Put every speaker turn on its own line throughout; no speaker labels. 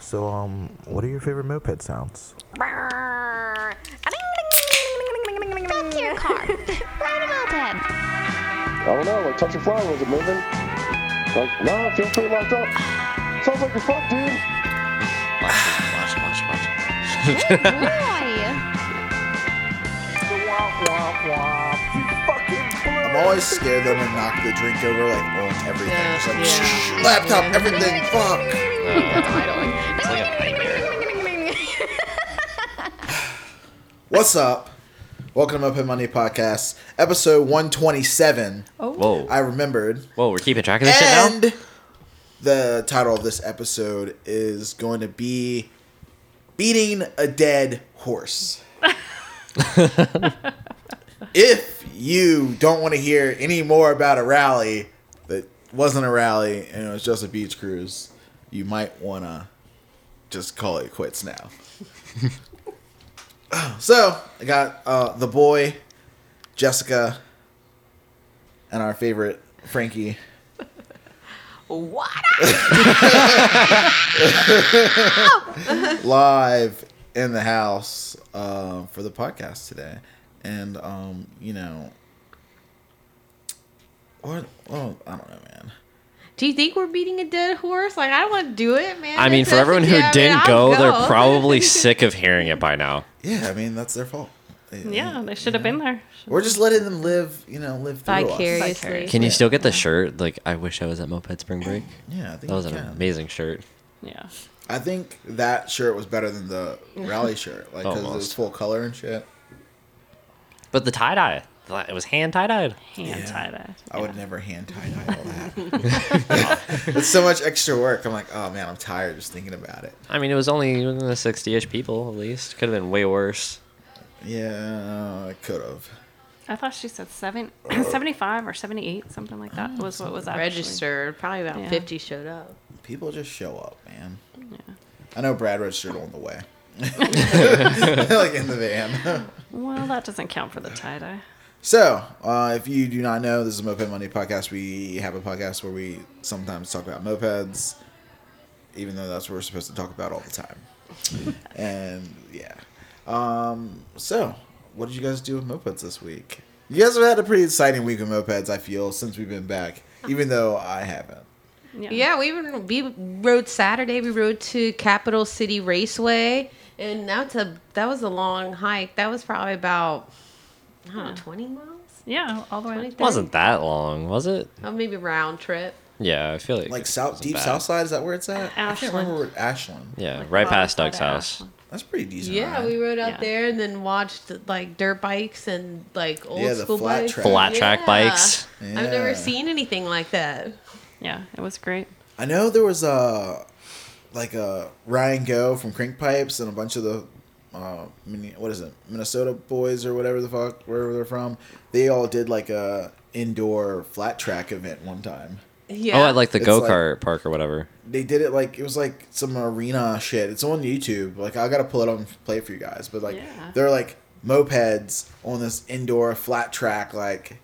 So, um, what are your favorite moped sounds?
Back to your car. Ride a moped.
I don't know, like touching flower was it moving? Like, nah, I feel pretty locked up. Sounds like you're fucked, dude.
Watch, watch, watch.
Boy.
I'm always scared that I'm gonna knock the drink over like on everything.
Yeah,
It's like,
yeah.
"Shh, shh, laptop,
Yeah.
everything, fuck.
Oh,
It's like a nightmare.
What's up? Welcome to Up in Money Podcast, episode 127.
Whoa.
I remembered.
Whoa, we're keeping track of this shit now?
And the title of this episode is going to be Beating a Dead Horse. if you don't want to hear any more about a rally that wasn't a rally and it was just a beach cruise, you might want to just call it quits now. so, I got uh, the boy, Jessica, and our favorite, Frankie.
What?
live in the house uh, for the podcast today, and um, you know, what? Oh, I don't know, man.
Do you think we're beating a dead horse? Like I don't want to do it, man.
I mean,
It's
for
up
everyone
to
who
you. I mean,
didn't
I'll
go, they're probably sick of hearing it by now.
Yeah, I mean that's their fault. I mean,
Yeah, they should have been there.
we're just letting them live. You know, live through us.
Vicariously.
Can you still get the shirt? Like, I wish I was at Moped Spring Break.
Yeah, I think
That was
you
an
can.
amazing shirt.
Yeah.
I think that shirt was better than the rally shirt, like because it was
Almost.
full color and shit.
But the tie dye, it was hand tie dyed.
Hand tie dye.
I would never hand tie dye all that. it's so much extra work. I'm like, oh man, I'm tired just thinking about it.
I mean, it was only within the 60 ish people, at least. Could have been way worse.
Yeah, I could have.
I thought she said seven, 75 or 78, something like that was what was actually.
Oh, registered. Probably about
Yeah.
50 showed up.
People just show up, man. I know Brad registered on the way. like in the van.
Well, that doesn't count for the tie dye.
So, uh, if you do not know, this is Moped Money Podcast. We have a podcast where we sometimes talk about mopeds, even though that's what we're supposed to talk about all the time. and yeah. Um, so, what did you guys do with mopeds this week? You guys have had a pretty exciting week with mopeds, I feel, since we've been back, even though I haven't.
Yeah, we even we rode Saturday. We rode to Capital City Raceway, and that's a that was a long hike. That was probably about I don't know, 20 miles.
Yeah, all the way.
It wasn't that long, was it?
Oh, maybe round trip.
Yeah, I feel like.
Like
it
South
wasn't
Deep
bad.
Southside, is that where it's at? I can't
Ashland.
remember where Ashland.
Yeah, right past
Colorado
Doug's house.
Ashland.
That's pretty decent.
Yeah,
ride.
we rode out
Yeah.
there and then watched like dirt bikes and like old
Yeah, the
school
flat
bikes.
track.
Flat track
Yeah.
bikes.
I've
Yeah.
never seen anything like that.
Yeah, it was great.
I know there was a like a Ryan Go from Crank Pipes and a bunch of the uh, Min- what is it Minnesota boys or whatever the fuck wherever they're from. They all did like a indoor flat track event one time.
Yeah.
Oh, at like the
It's
go kart park or whatever.
They did it like it was like some arena shit. It's on YouTube. Like I gotta pull it up and play it for you guys. But like
Yeah.
they're like mopeds on this indoor flat track, like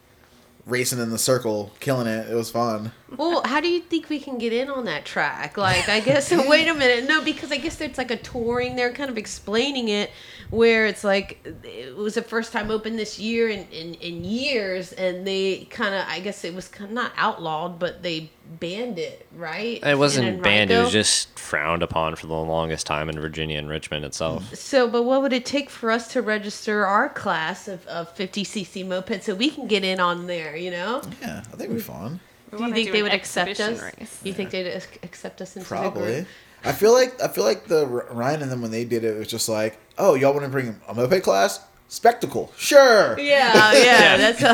racing in the circle, killing it. It was fun.
Well, how do you think we can get in on that track? Like, I guess. wait a minute. No, because I guess there's like a touring. They're kind of explaining it, where it's like it was the first time open this year in in, in years, and they kind of. I guess it was kind of not outlawed, but they banned it, right?
It wasn't
In
banned. It was
Enrico.
just frowned upon for the longest time in Virginia and Richmond itself.
So, but what would it take for us to register our class of, of 50cc moped so we can get in on there? You know?
Yeah, I think we fun.
Do you think they would accept us? You think they'd ac- accept us into the
Probably.
group?
I feel like I feel like the R- Ryan and them when they did it, it was just like, oh, y'all want to bring a moped class? Spectacle, sure.
Yeah, yeah, that's how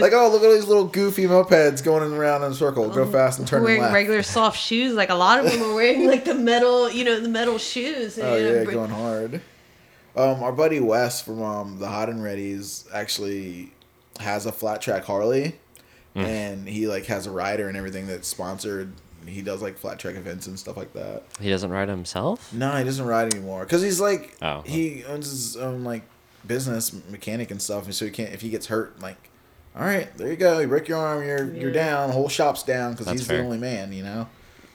like, oh, look at all these little goofy mopeds going around in a circle,
Oh,
go fast and turn
wearing
left.
regular soft shoes. Like a lot of them are wearing like the metal, you know, the metal shoes.
oh
you know,
yeah,
br-
going hard. Um, our buddy Wes from um, the Hot and Ready's actually has a flat track Harley, and he like has a rider and everything that's sponsored. He does like flat track events and stuff like that.
He doesn't ride himself.
No, he doesn't ride anymore because he's like
Oh.
he owns his own like business mechanic and stuff, and so he can't if he gets hurt like. All right, there you go. You break your arm, you're you're down. Whole shop's down because
That's
he's
fair.
the only man, you know.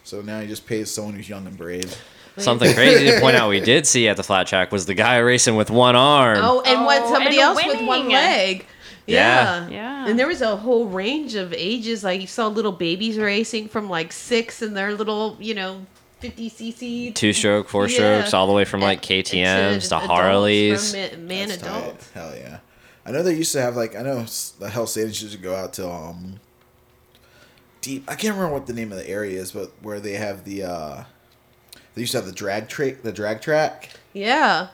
So now he just pays someone who's young and brave.
Something crazy to point out we did see at the flat track was the guy racing with one arm.
Oh, and what
Oh,
somebody
and
else with one
winning.
leg.
Yeah.
Yeah.
Yeah.
And there was a whole range of ages. Like you saw little babies racing from like six and their little, you know, 50 cc
Two stroke, four
Yeah.
strokes, all the way from like
to- to
KTM's to
adults,
Harleys.
from ma- man
That's tight.
adult.
Hell yeah. I know they used to have like I know s- the Hell Satan used to go out to um deep. I can't remember what the name of the area is, but where they have the uh they used to have the drag track, the drag track,
Yeah.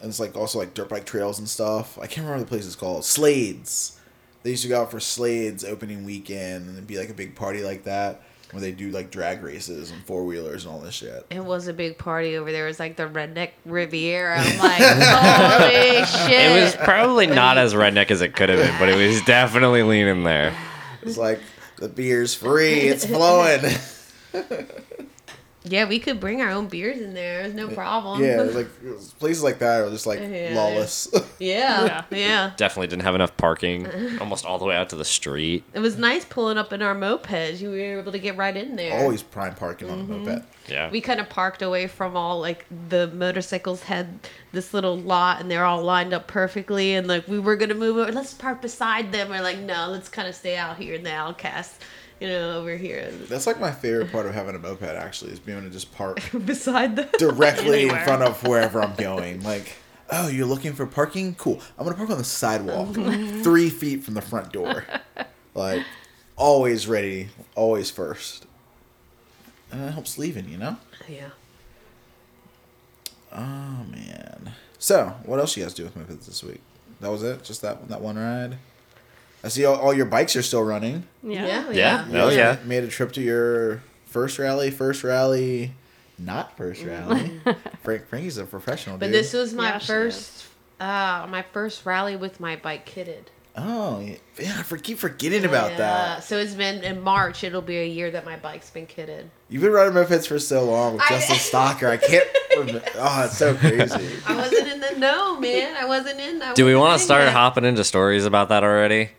and it's like also like dirt bike trails and stuff. I can't remember what the place is called. Slades. They used to go out for Slades opening weekend, and it'd be like a big party like that where they do like drag races and four wheelers and all this shit.
It was a big party over there. It was like the redneck Riviera. I'm like, holy shit.
It was probably not as redneck as it could have been, but it was definitely leaning there.
It's like the beer's free, it's flowing.
yeah, we could bring our own beers in there. It was no problem.
Yeah, like places like that are just like
Yeah.
lawless.
yeah. Yeah.
Definitely didn't have enough parking, almost all the way out to the street.
It was nice pulling up in our mopeds. You were able to get right in there. Mm-hmm.
Always prime parking on a moped.
Yeah.
We kind of parked away from all like the motorcycles had this little lot and they're all lined up perfectly and like we were gonna move over. Let's park beside them. We're like, no, let's kind of stay out here in the outcast, you know, over here
That's like my favorite part of having a moped. Actually, is being able to just park
beside them.
directly in
Anywhere.
front of wherever I'm going. Like, oh, you're looking for parking? Cool. I'm gonna park on the sidewalk, three feet from the front door. Like, always ready, always first. And that helps leaving, you know.
yeah.
Oh man. So, what else you guys do with mopeds this week? That was it. Just that that one ride. I see all, all your bikes are still running.
Yeah.
Yeah.
Yeah.
You
Oh,
guys
yeah.
ma- Made a trip to your first rally, first rally, not first rally. Frank Frankie's a professional.
Mm. But
Oh, dude.
this was my
Yeah, she
first, uh, my first rally with my bike kitted.
Oh yeah, yeah, I for, keep forgetting about
Oh, Yeah.
that.
So it's been in March. It'll be a year that my bike's been kitted.
You've been riding mopeds for so long with
I-
Justin Stalker. I can't. remember. Oh, it's so crazy.
I wasn't in the know, man. I wasn't in. I
Do we
wasn't
want
in
to start
yet.
hopping into stories about that already?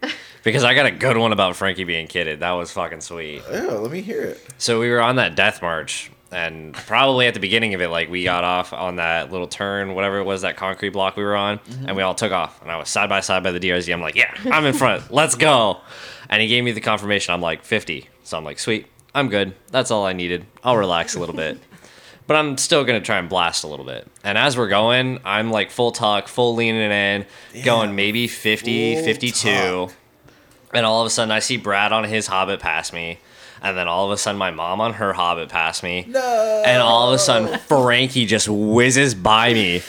Because I got a good one about Frankie being kidded. That was fucking sweet.
Oh, let me hear it.
So we were on that death march, and probably at the beginning of it, like we got off on that little turn, whatever it was, that concrete block we were on, and we all took off. And I was side by side by the DRZ. I'm like, yeah, I'm in front. Let's go. And he gave me the confirmation. I'm like 50. So I'm like, sweet. I'm good. That's all I needed. I'll relax a little bit. But I'm still gonna try and blast a little bit. And as we're going, I'm like full tuck, full leaning in, going maybe 50,
full
52.
tuck.
And all of a sudden, I see Brad on his Hobbit pass me. And then all of a sudden, my mom on her Hobbit pass me.
No.
And all of a sudden, Frankie just whizzes by me,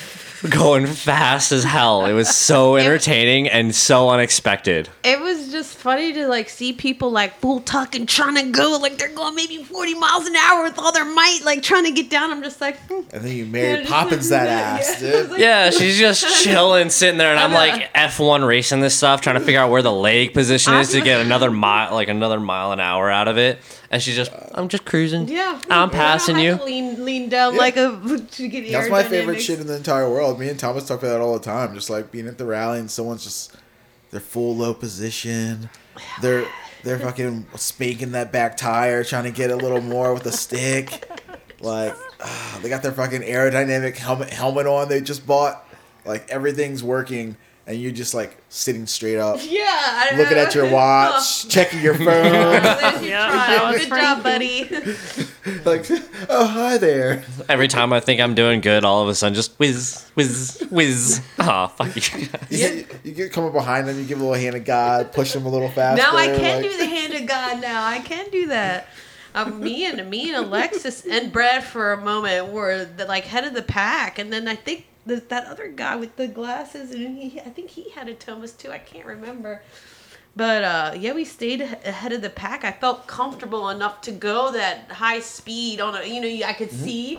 going fast as hell. It was so entertaining and so unexpected.
It was just funny to like see people like full tuck and trying to go like they're going maybe forty miles an hour with all their might, like trying to get down. I'm just like, hmm.
And then you Mary Poppins that ass, dude.
Yeah, she's just chilling, sitting there, and I'm like F1 racing this stuff, trying to figure out where the leg position is to get another mile, like another mile an hour out of it. And she's just, I'm just cruising.
yeah,
I'm passing
I
you.
had to lean, lean down
Yeah.
like a to get
That's my favorite
aerodynamics.
shit in the entire world. Me and Thomas talk about that all the time. Just like being at the rally and someone's just they're full low position. They're they're fucking spanking that back tire, trying to get a little more with a stick. Like ah, they got their fucking aerodynamic helmet helmet on they just bought. Like everything's working, and you're just like sitting straight up,
Yeah, I don't
looking
know.
at your watch, checking your phone.
Oh,
Yeah, that was
Good job, buddy.
like, oh hi there.
Every time I think I'm doing good, all of a sudden just whiz, whiz, whiz. Aw, fuck you.
You, get, you get come up behind them, you give a little hand of God, push them a little faster.
Now I can
like-
do the hand of God. Now I can do that. Um, me and me and Alexis and Brad for a moment were the, like head of the pack, and then I think that that other guy with the glasses and he I think he had a Thomas too. I can't remember. But uh, yeah, we stayed a- ahead of the pack. I felt comfortable enough to go that high speed on a you know you- I could see.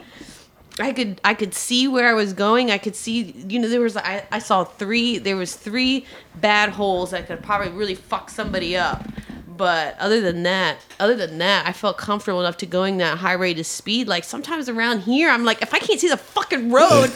I could I could see where I was going. I could see you know there was I, I saw three there was three bad holes that could probably really fuck somebody up. But other than that, other than that, I felt comfortable enough to going that high rate of speed. Like sometimes around here, I'm like, if I can't see the fucking road,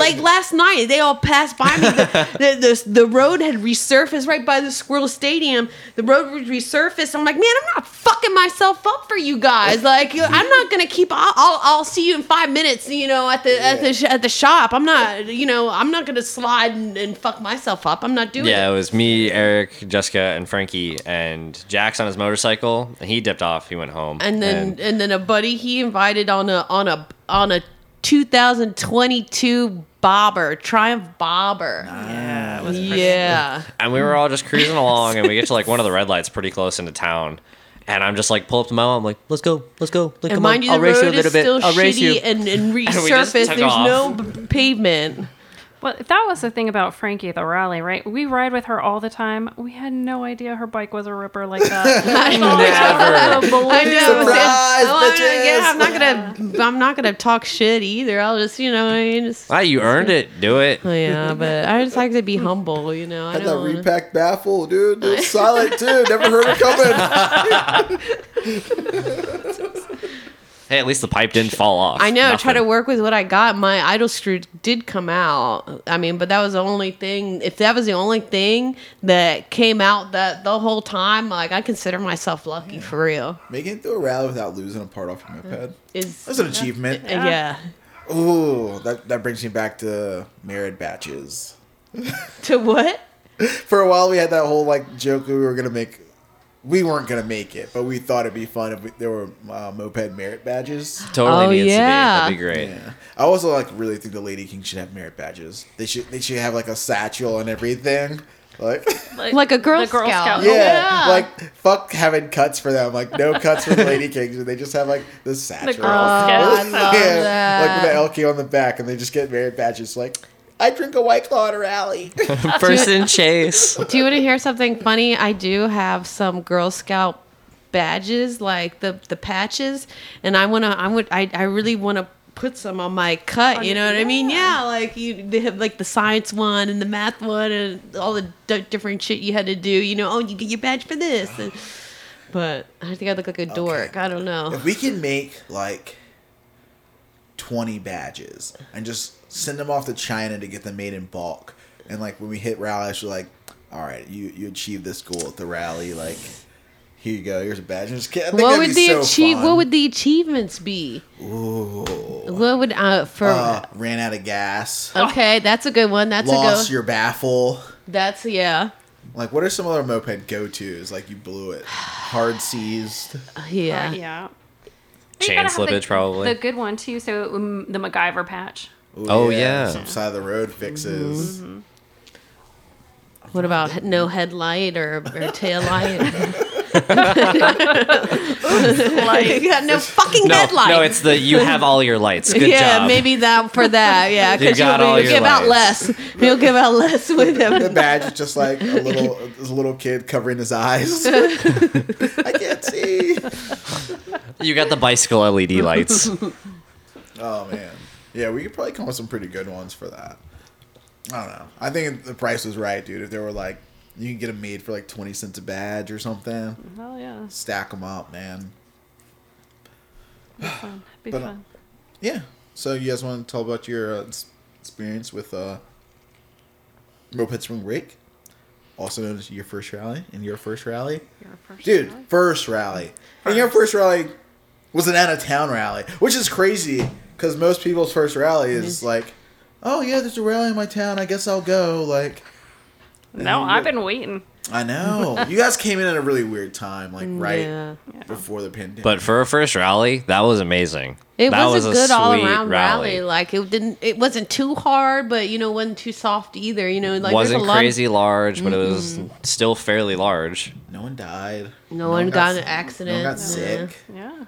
like last night, they all passed by me. The, the, the, the road had resurfaced right by the Squirrel Stadium. The road was resurfaced. I'm like, man, I'm not fucking myself up for you guys. Like, I'm not gonna keep. I'll, I'll, I'll see you in five minutes. You know, at the at the sh- at the shop. I'm not. You know, I'm not gonna slide and, and fuck myself up. I'm not doing
Yeah,
it.
it was me, Eric, Jessica, and Frankie, and Jack's on his motorcycle. And he dipped off. He went home.
and then and, then a buddy he invited on a on a on a 2022 bobber triumph bobber
Yeah, it was pretty-
yeah
and we were all just cruising along, and we get to like one of the red lights pretty close into town. And I'm just like, pull up to Mo. I'm like, let's go, let's go. Like,
and
come
mind
on,
you
I'll
the
race
road
you a little
is
bit.
still
I'll race you.
shitty and, and
we just
resurfaced
took
there's
off.
no b- pavement
Well, that was the thing about Frankie at the rally, right? We ride with her all the time. We had no idea her bike was a ripper like that.
I
Never.
I know.
Surprise,
Oh, I'm not-
bitches.
yeah, I'm not gonna. I'm not gonna talk shit either. I'll just, you know, I just.
Ah, you earned it. Do it.
Oh, yeah, but I just like to be humble, you know. I
Had that
don't. wanna-
repack baffle, dude. It was silent too. Never heard it coming.
Hey, at least the pipe didn't fall off.
I know. Try to
Nothing.
work with what I got. My idol screw did come out. I mean, but that was the only thing. If that was the only thing that came out that the whole time, like I consider myself lucky for real.
Making it through a rally without losing a part off your moped.
Is
That's an achievement.
yeah.
Ooh, that, that brings me back to married batches.
To what?
For a while, we had that whole like joke that we were gonna make. We weren't gonna make it, but we thought it'd be fun if we, there were uh, moped merit badges.
Totally
Oh,
needs
yeah.
to be. That'd be great.
Yeah. I also like really think the Lady King should have merit badges. They should they should have like a satchel and everything. Like
Like a Girl
the Girl
Scout.
Scout.
yeah,
yeah.
like fuck having cuts for them. Like no cuts for the Lady Kings, and they just have like the satchel.
Girl Scout.
yeah,
I
like
love
with the LK on the back, and they just get merit badges. Like I drink a White Claw at a rally.
First in chase.
Do you want to hear something funny? I do have some Girl Scout badges, like the the patches, and I wanna, I would, I, I really wanna put some on my cut. you know what I mean? Yeah, like you, they have like the science one and the math one and all the d- different shit you had to do. You know, oh, you get your badge for this. And, but I think I look like a dork. I don't know.
if we can make like twenty badges and just send them off to China to get them made in bulk, and like when we hit rallies, we're like, all right, you you achieved this goal at the rally, like. Here you go. Here's a badge. Just kidding. I think
What
that'd
would
be
the
so
achieve?
fun.
What would the achievements be? What would uh for?
Uh, ran out of gas.
okay, that's a good one. That's a
lost
go.
your baffle.
that's yeah,
Like, what are some other moped go tos? Like, you blew it. Hard seized.
yeah.
yeah. You
Chain
gotta have
slippage,
the,
probably.
The good one, too. So um, the MacGyver patch.
Ooh,
Oh, yeah.
Some side of the road fixes.
Mm-hmm. What about he- no headlight or, or tail light? like, you got no fucking
No,
headlight.
no, it's the you have all your lights. Good
yeah,
job.
maybe that for that. Yeah,
You
because
got
you'll,
all
you'll
your
give out
lights.
less. You'll give out less with
The
him.
badge is just like a little, this little kid covering his eyes. I can't see.
You got the bicycle LED lights.
Oh man. Yeah, we could probably come up with some pretty good ones for that. I don't know. I think the price was right, dude. If there were like, you can get them made for like twenty cents a badge or something.
Oh, yeah.
Stack them up, man.
That'd be
But, uh,
fun.
Yeah. So you guys want to tell about your uh, s- experience with uh, moped spring break, also known as your first rally and your first rally,
Your first
dude.
rally.
First rally. And your first rally was an out of town rally, which is crazy because most people's first rally is like, oh yeah, there's a rally in my town. I guess I'll go. Like.
No,
Mm-hmm.
I've been waiting.
I know. you guys came in at a really weird time, like right
Yeah.
before the pandemic.
But for a first rally, that was amazing.
It
that
was, a good
sweet
all around rally. Like it didn't. It wasn't too hard, but you know, wasn't too soft either. You know, like there's
wasn't
a lot
crazy large, but it was still fairly large.
no one died.
Of, no, one got in an
No one
accident.
got
Yeah.
sick.
Yeah.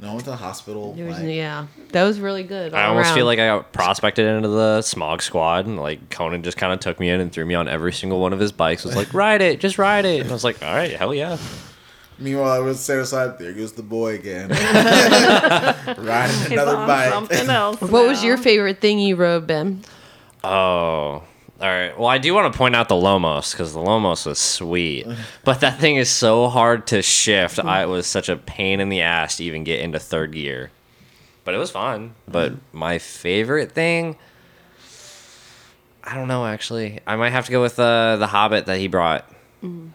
No one went to the hospital.
There was-
like-
yeah, that was really good.
I
all
almost
around.
feel like I got prospected into the smog squad, and like Conan just kind of took me in and threw me on every single one of his bikes. Was like, ride it, just ride it. And I was like, all right, hell yeah.
Meanwhile, I was set aside. There goes the boy again, riding
It's
another
on
bike.
something else.
What was
now.
your favorite thing you rode, Ben?
Oh, All right. Well, I do want to point out the Lomos because the Lomos was sweet, but that thing is so hard to shift. I it was such a pain in the ass to even get into third gear, but it was fun. But
Mm-hmm.
my favorite thing, I don't know actually. I might have to go with uh, the Hobbit that he brought
Mm.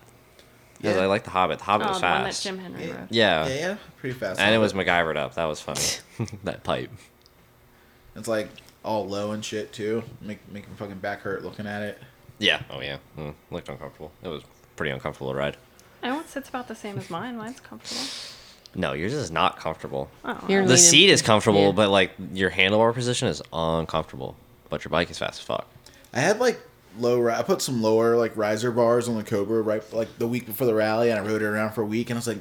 because I like the Hobbit. The Hobbit
Oh,
was
the one that
fast.
Jim Henry wrote.
yeah.
Yeah, yeah, pretty fast.
and it was MacGyvered up. That was funny. that pipe.
It's like all low and shit too. Make make my fucking back hurt looking at it.
Yeah. Oh yeah. Mm, looked uncomfortable. It was pretty uncomfortable to ride.
I won't sits about the same as mine. Mine's comfortable.
No, yours is not comfortable.
Oh,
You're
The
leaning-
seat is comfortable,
Yeah.
but like your handlebar position is uncomfortable. But your bike is fast as fuck.
I had like low. ri- I put some lower like riser bars on the Cobra right like the week before the rally, and I rode it around for a week, and I was like,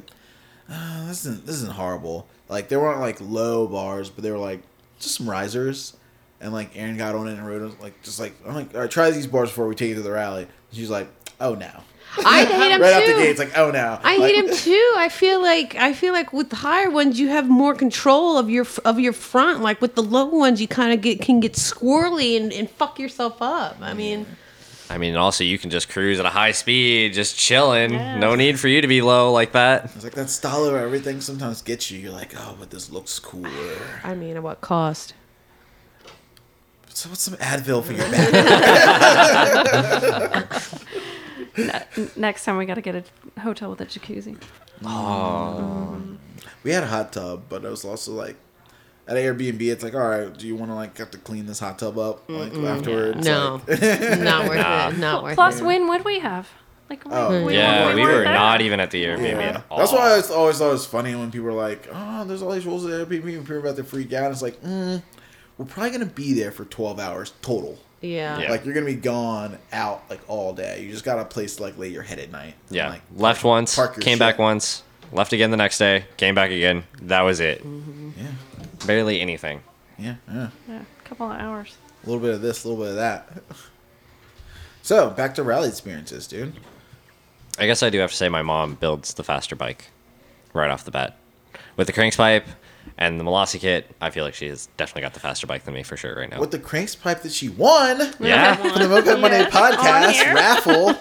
oh, this isn't this isn't horrible. Like they weren't like low bars, but they were like just some risers. And like Aaron got on it and rode it, like just like I'm like, all right, try these bars before we take you to the rally. She's like, oh no,
I hate him
right
too.
out the gate, it's like, oh no,
I
like,
hate him too. I feel like I feel like with the higher ones you have more control of your of your front. Like with the low ones you kind of get can get squirrely and, and fuck yourself up. I mean,
I mean, also you can just cruise at a high speed, just chilling.
Yeah.
No need for you to be low like that.
It's like that style of everything sometimes gets you. You're like, oh, but this looks cooler.
I mean at what cost?
So what's some Advil for your back?
Next time we got to get a hotel with a jacuzzi.
Um, we had a hot tub, but it was also like at Airbnb. It's like, all right, do you want to like have to clean this hot tub up like afterwards?
No, not worth it. Not worth
Plus,
it.
when would we have? Like,
Oh.
we- we,
yeah, we,
weren't
were
there.
not even at the Airbnb
Like,
at all.
That's why I always thought it was funny when people are like, oh, there's all these rules at Airbnb and people are about to freak out. It's like, mm, we're probably gonna be there for 12 hours total.
Yeah.
Yeah.
Like you're gonna be gone out like all day. You just got a place to like lay your head at night. and,
Yeah,
like,
left once,
park your
came back
shit.
once, left again the next day, came back again. That was it.
Mm-hmm. yeah,
Barely anything.
yeah, yeah.
Yeah, a couple of hours.
A little bit of this, a little bit of that. So back to rally experiences, dude.
I guess I do have to say my mom builds the faster bike right off the bat. With the cranks pipe and the Molossi kit, I feel like she has definitely got the faster bike than me for sure right now.
With the cranks pipe that she won
yeah.
from the Moped Monday podcast raffle.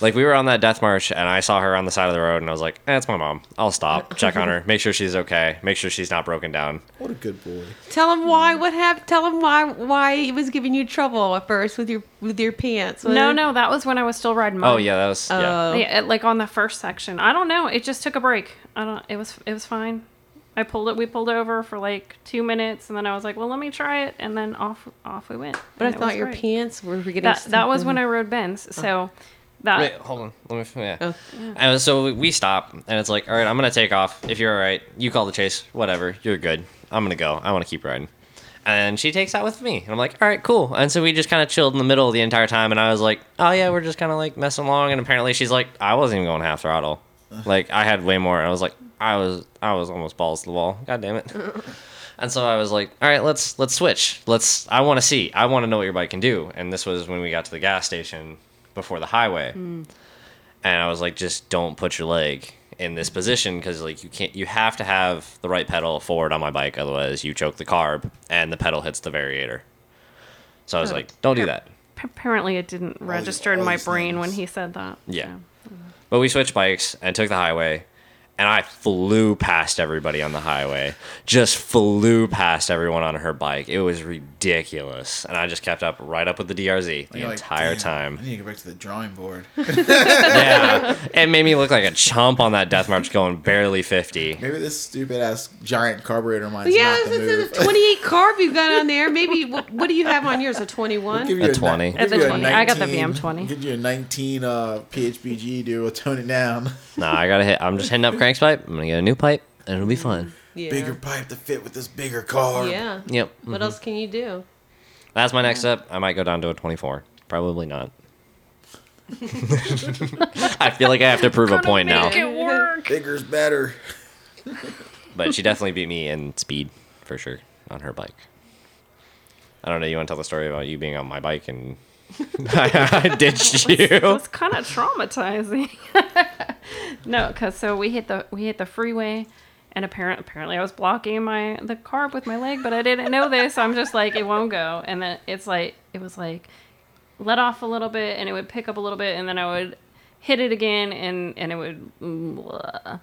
like we were on that death march and I saw her on the side of the road and I was like, eh, it's my mom. I'll stop, check on her, make sure she's okay, make sure she's not broken down.
What a good boy.
Tell him
Mm.
why. What happened? Tell him why. Why it was giving you trouble at first with your with your pants.
No,
What-
no, that was when I was still riding. Mine.
Oh yeah, that was yeah.
Oh.
Yeah, it- like on the first section. I don't know. It just took a break. I don't. It was it was fine. I pulled it. We pulled over for like two minutes, and then I was like, "Well, let me try it," and then off off we went.
But I
and it
thought
was
your
great.
pants were getting.
That that was when I rode Ben's.
Uh-huh.
So that
Wait, hold on. Let me. Yeah. And so we stop, and it's like, all right, I'm gonna take off. If you're all right, you call the chase. Whatever, you're good. I'm gonna go. I want to keep riding. And she takes out with me, and I'm like, all right, cool. And so we just kind of chilled in the middle the entire time, and I was like, oh yeah, we're just kind of like messing along. And apparently, she's like, I wasn't even going half throttle. Like I had way more, and I was like, I was, I was almost balls to the wall. God damn it. And so I was like, all right, let's let's switch. Let's I want to see. I want to know what your bike can do. And this was when we got to the gas station before the highway. And I was like, just don't put your leg in this position cuz like you can't you have to have the right pedal forward on my bike otherwise you choke the carb and the pedal hits the variator. So I was like, don't do that.
apparently it didn't register in
all
my
these
brain when
things.
he said that.
Yeah. But we switched bikes and took the highway, and I flew past everybody on the highway. Just flew past everyone on her bike. It was ridiculous, and I just kept up right up with the DRZ the
You're like, "Damn,
entire
I
time.
need to go back to the drawing board.
yeah, it made me look like a chump on that death march, going barely fifty.
Maybe this stupid ass giant carburetor of mine is
Yeah,
not the move.
it's a 28 carb you got on there. Maybe what, what do you have on yours? A 21.
Give
A
ni-
20.
give
It's a
you
20. I got the
19
VM20.
Give you a 19 uh, PHBG, dude. We'll tone it down.
Nah, I gotta hit. I'm just hitting up cranks pipe. I'm gonna get a new pipe, and it'll be fun.
yeah.
Bigger pipe to fit with this bigger car.
Yeah.
Yep, Mm-hmm.
What else can you do?
that's my next step. I might go down to a 24. Probably not. I feel like I have to prove a point now.
Make it work.
Bigger's better.
but she definitely beat me in speed for sure on her bike. I don't know. You want to tell the story about you being on my bike and I, I ditched
It
you?
was kind of traumatizing. no, because so we hit the we hit the freeway, and apparent apparently I was blocking my the carb with my leg, but I didn't know this. I'm just like it won't go, and then it's like it was like let off a little bit and it would pick up a little bit and then I would hit it again and and it would blah.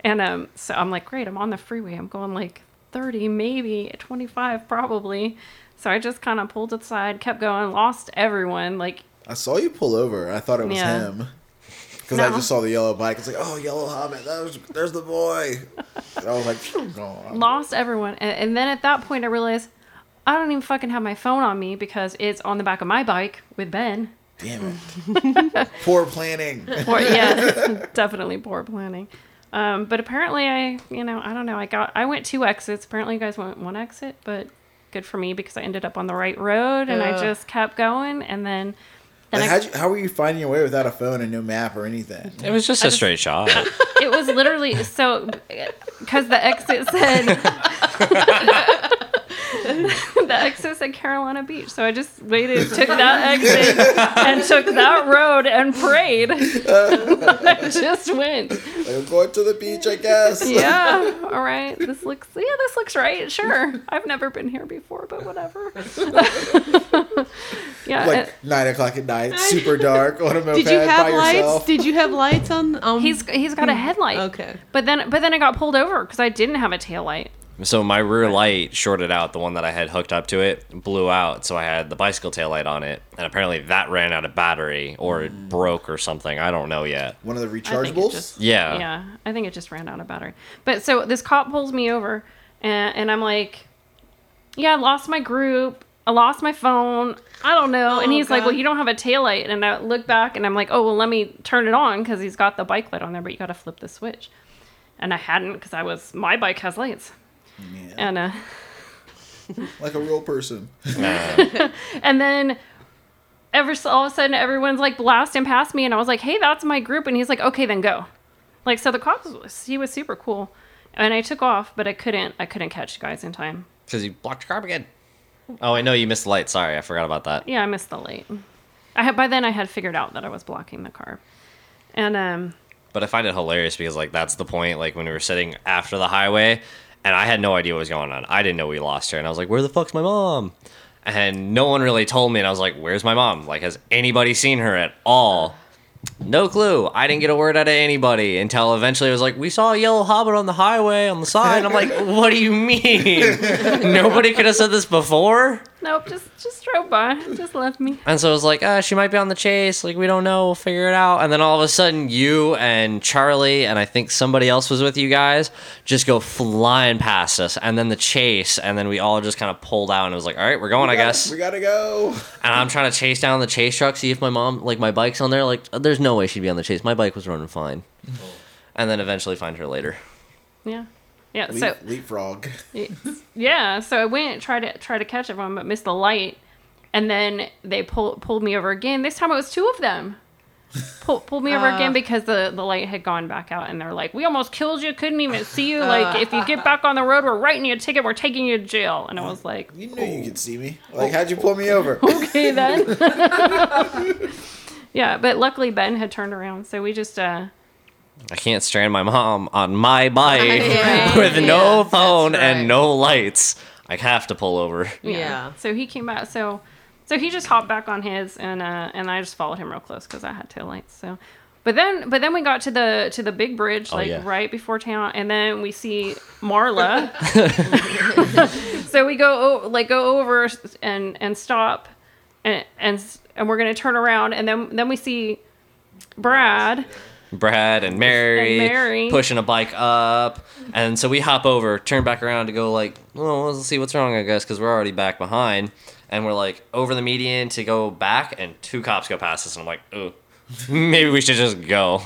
and um so I'm like great I'm on the freeway I'm going like 30 maybe 25 probably so I just kind of pulled aside kept going lost everyone like
I saw you pull over. I thought it was
Yeah.
him because I
No.
just saw the yellow bike. It's like, oh, yellow Hobbit. There's, there's the boy. And I was like, "Phew, oh,
lost everyone and, and then at that point I realized I don't even fucking have my phone on me because it's on the back of my bike with Ben
damn it. Poor planning.
Poor, yes, definitely poor planning. Um, but apparently, I, you know, I don't know. I got, I went two exits. Apparently, you guys went one exit, but good for me because I ended up on the right road and I
Ugh.
just kept going. And then, then
Like,
I,
how'd you, how were you finding your way without a phone and no map or anything?
It was just a straight shot.
it was literally so because the exit said the exit said Carolina Beach. So I just waited, took that exit, and took that road and prayed. I just went.
Like, I'm going to the beach, I guess.
yeah all right this looks yeah this looks right sure i've never been here before but whatever yeah
Like
uh,
nine o'clock at night, super dark on a moped
Did you
by
have lights?
yourself.
Did you have lights on? on
he's he's got a headlight
okay.
but then but then i got pulled over because i didn't have a tail light
So my rear light shorted out, the one that I had hooked up to it blew out, so I had the bicycle tail light on it, and apparently that ran out of battery or it broke or something. I don't know yet.
Mm. One of the
I think it
rechargeables.
just-
Yeah.
yeah i think it just ran out of battery but so this cop pulls me over and, and i'm like yeah i lost my group i lost my phone i don't know and
Oh,
he's like
God.
well you don't have a tail light." and i look back and i'm like oh well let me turn it on because he's got the bike light on there but you gotta flip the switch and i hadn't because i was my bike has lights
Yeah.
and uh
Like a real person.
and then ever so all of a sudden everyone's like blasting past me and i was like hey that's my group and he's like okay then go like so the cops was- he was super cool and i took off but i couldn't i couldn't catch you guys in time
Because you blocked your car again. Oh, I know you missed the light. Sorry, I forgot about that.
yeah i missed the late i had by then i had figured out that i was blocking the car and um
But I find it hilarious because like that's the point. Like when we were sitting after the highway, and I had no idea what was going on. I didn't know we lost her, and I was like, "Where the fuck's my mom?" And no one really told me, and I was like, "Where's my mom? Like, has anybody seen her at all?" No clue. I didn't get a word out of anybody until eventually it was like, "We saw a yellow hobbit on the highway on the side." I'm like, "What do you mean? Nobody could have said this before."
nope just just drove by just left me
And so I was like, uh, she might be on the chase. Like, we don't know. We'll figure it out. And then all of a sudden, you and Charlie, and I think somebody else was with you guys, just go flying past us. And then the chase. And then we all just kind of pulled out. And it was like, all right, we're going, I guess.
We gotta go.
And I'm trying to chase down the chase truck, see if my mom, like, my bike's on there. Like, there's no way she'd be on the chase. My bike was running fine. And then eventually find her later.
yeah yeah
Leap,
so
leapfrog.
Yeah, so I went tried to try to catch everyone, but missed the light, and then they pulled pulled me over again. This time it was two of them. Pull, pulled me over again because the, the light had gone back out, and they're like, "We almost killed you. Couldn't even see you. Like, if you get back on the road, we're writing you a ticket. We're taking you to jail." And I was like,
You knew you could see me.
Oh.
Like, how'd you pull me over?
"Okay then." yeah, but luckily Ben had turned around, so we just uh,
I can't strand my mom on my bike
Yeah.
with no
Yeah, that's
phone
right.
and no lights. I have to pull over.
Yeah.
So he came back. So, so he just hopped back on his, and uh, and I just followed him real close because I had taillights. So, but then but then we got to the to the big bridge like
yeah.
right before town, and then we see Marla. so we go o- like go over and and stop, and and s- and we're gonna turn around, and then then we see Brad.
Brad and Mary,
And Mary.
pushing a bike up. And so we hop over, turn back around to go like, oh, let's see what's wrong, I guess, because we're already back behind. And we're like over the median to go back, and two cops go past us. And I'm like, ooh, maybe we should just go.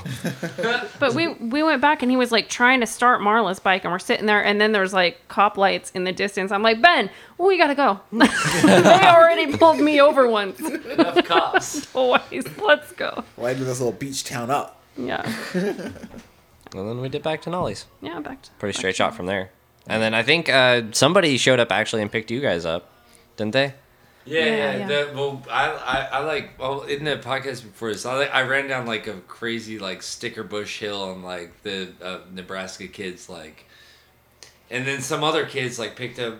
But we we went back and he was like trying to start Marla's bike and we're sitting there and then there's like cop lights in the distance. I'm like, Ben, we gotta go. they already pulled me over once.
Enough cops.
Always. Let's go.
Lighten this little beach town up.
Yeah.
And then we did back to Nolly's.
Yeah, back to
Pretty straight shot from there. And then I think uh, somebody showed up actually and picked you guys up, didn't they?
Yeah,
Yeah,
yeah.
yeah.
The, well, I, I, I like. Well, in the podcast before this, I, like, I ran down like a crazy like sticker bush hill and like the uh, Nebraska kids like, and then some other kids like picked up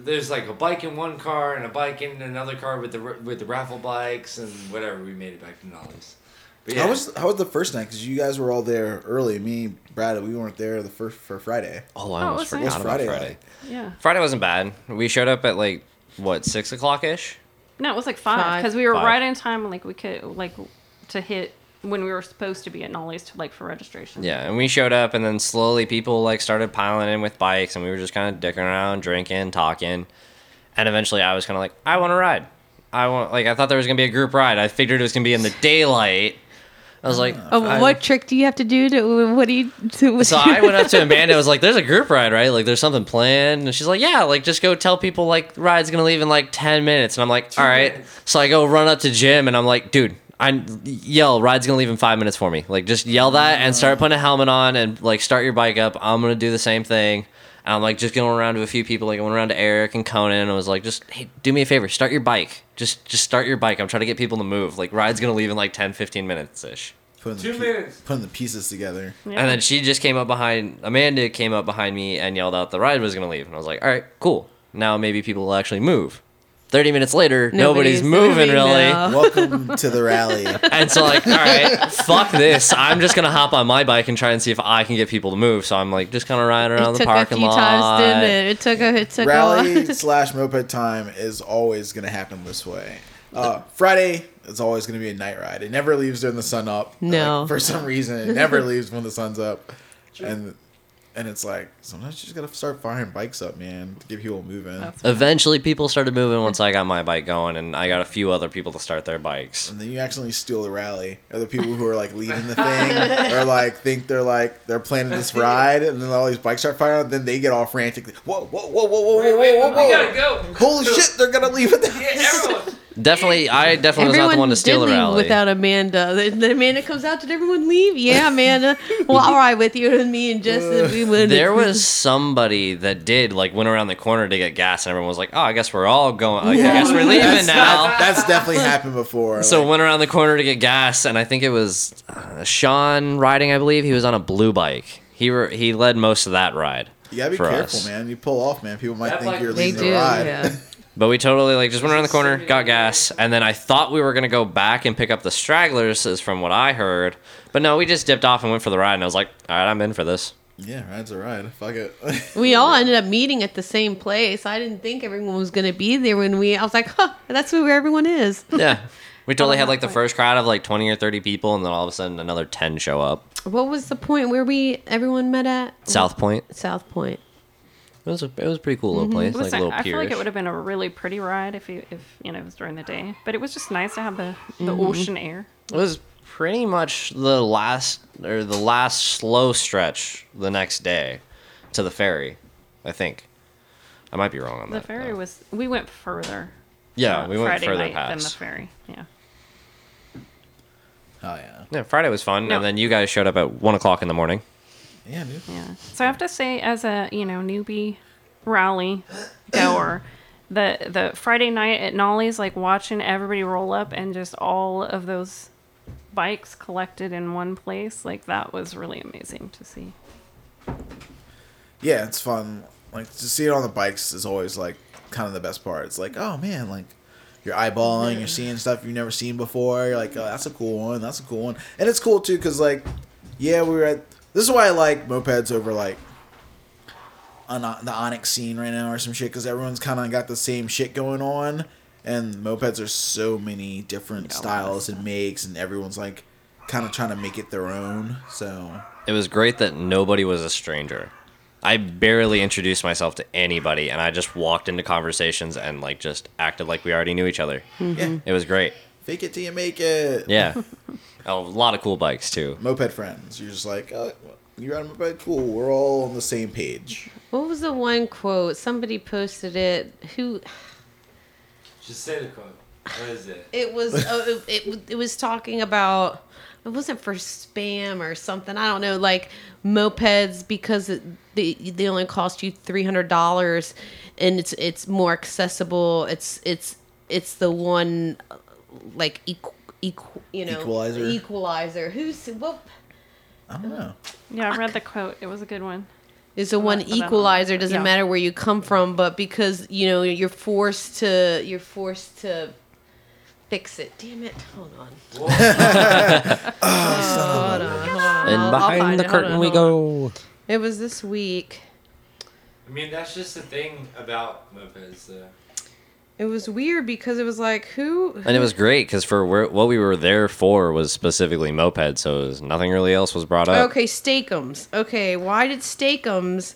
there's like a bike in one car and a bike in another car with the r- with the raffle bikes and whatever. We made it back from Nolly's. But yeah,
How was how was the first night? Because you guys were all there early. Me, Brad, we weren't there the first for Friday.
Oh, I
Oh,
almost
it's nice.
forgot about
Friday,
Friday.
like-
Friday.
Yeah.
wasn't bad. We showed up at like what six o'clock ish.
No, it was like five
Five.
because we were
Five.
right in time. Like we could like to hit when we were supposed to be at Nolly's to like for registration.
Yeah, and we showed up, and then slowly people like started piling in with bikes, and we were just kind of dicking around, drinking, talking, and eventually I was kind of like, I want to ride. I want like I thought there was gonna be a group ride. I figured it was gonna be in the daylight. I was
Uh,
like,
Oh,
I-
what trick do you have to do to what do you to
So I went up to Amanda. I was like, "There's a group ride, right? Like, there's something planned." And she's like, "Yeah, like just go tell people like the ride's gonna leave in like ten minutes." And I'm like, "All right."
minutes.
So I go run up to Jim and I'm like, "Dude, I yell, ride's gonna leave in five minutes for me. Like, just yell that and start putting a helmet on and like start your bike up. I'm gonna do the same thing." And I'm like just going around to a few people. Like I went around to Eric and Conan. And I was like, just hey, do me a favor, start your bike. Just just start your bike. I'm trying to get people to move. Like ride's gonna leave in like 10, 15 minutes ish.
Putting
Two
the
minutes.
Putting the pieces together.
And then she just came up behind Amanda came up behind me and yelled out the ride was gonna leave. And I was like, All right, cool. Now maybe people will actually move. Thirty minutes later, nobody's,
Nobody's
moving
moving
really.
now.
Welcome to the rally.
And so like, all right, fuck this. I'm just gonna hop on my bike and try and see if I can get people to move. So I'm like just kinda riding around
it
the
took a
parking
few
lot.
times, didn't it? It took a it took a
Rally
while.
slash moped time is always going to happen this way. Uh, Friday is always going to be a night ride. It never leaves during the sun up.
No.
Like, for some reason, it never leaves when the sun's up. And and it's like sometimes you just got to start firing bikes up, man, to get people moving.
Eventually people started moving once I got my bike going and I got a few other people to start their bikes.
and then you accidentally steal the rally. Or the people who are like leading the thing, or like think they're like they're planning this ride, and then all these bikes start firing. Then they get all frantic. Whoa, whoa, whoa, whoa, whoa,
Wait,
whoa,
wait,
whoa,
we
whoa!
gotta go.
Holy shit, they're gonna leave it.
Yeah, everyone.
Definitely I definitely was not the one to steal the
did leave
rally.
without Amanda. Then- Then Amanda comes out. Did everyone leave? Yeah, Amanda. well, all right, with you and me and Justin, we went.
There was somebody that did like went around the corner to get gas, and everyone was like, "Oh, I guess we're all going. Like, I guess we're leaving
That's,
now."
that's definitely happened before.
So
like,
went around the corner to get gas, and I think it was uh, Sean riding. I believe he was on a blue bike. He re- he led most of that ride.
you gotta be
for
careful,
us.
man. You pull off, man. People might
That
think
bike-
you're
They
They
leading
do.
the ride.
Yeah.
But we totally like just went around the corner, got gas, and then I thought we were gonna go back and pick up the stragglers, is from what I heard. But no, we just dipped off and went for the ride, and I was like, "All right, I'm in for this."
Yeah, ride's a ride. Fuck it.
We all ended up meeting at the same place. I didn't think everyone was going to be there when we. I was like, huh, that's where everyone is.
Yeah. We totally had like the first crowd of like 20 or 30 people, and then all of a sudden another 10 show up.
What was the point where we everyone met at
South Point.
South Point? Mm-hmm.
It was a it was a pretty cool little place,
It
like
was
a
ni-
little
I feel like it
pier-ish.
would have been a really pretty ride if you if you know it was during the day, but it was just nice to have the the ocean air.
It was pretty much the last or the last slow stretch the next day to the ferry, I think. I might be wrong on
The
that.
ferry
though.
was we went further.
yeah,
uh,
we went
Friday
further
night than the
past.
ferry. Yeah.
oh yeah.
yeah, Friday was fun,
No.
and then you guys showed up at one o'clock in the morning.
Yeah, dude.
Yeah. So I have to say, as a you know newbie rally goer, the the Friday night at Nolly's, like watching everybody roll up and just all of those bikes collected in one place, like that was really amazing to see.
yeah, it's fun. Like to see it on the bikes is always like kind of the best part. It's like, oh man, like you're eyeballing, you're seeing stuff you've never seen before. You're like, oh, that's a cool one. That's a cool one, and it's cool too because like, yeah, we were at. This is why I like mopeds over like on uh, the Onyx scene right now or some shit because everyone's kind of got the same shit going on, and mopeds are so many different styles and makes, and everyone's like kind of trying to make it their own. So
It was great that nobody was a stranger. I barely introduced myself to anybody, and I just walked into conversations and like just acted like we already knew each other.
yeah,
It was great.
fake it till you make it.
Yeah, a lot of cool bikes too.
moped friends. You're just like, uh, you're on a moped. Cool. We're all on the same page.
What was the one quote somebody posted it? Who
Just say the quote. What is it?
it was? oh, it, it it was talking about. It wasn't for spam or something. I don't know. Like mopeds because it, they they only cost you three hundred dollars, and it's it's more accessible. It's it's it's the one uh, like equal. Equal, you know,
Equalizer?
Equalizer. Who's what?
I don't know.
Yeah, I read the quote. It was a good one.
is the one
not- I don't know.
equalizer. Doesn't
Yeah.
matter where you come from, but because you know you're forced to you're forced to fix it. Damn it! Hold on. Oh,
Oh,
Hold on. Hold on. I'll- I'll find it. Hold on, hold on.
go.
It was this week.
I mean, that's just the thing about mopeds, though.
It was weird because it was like who
And it was great because for where, what we were there for was specifically moped, so it was, nothing really else was brought up.
Okay, Steakums. Okay, why did Steakums,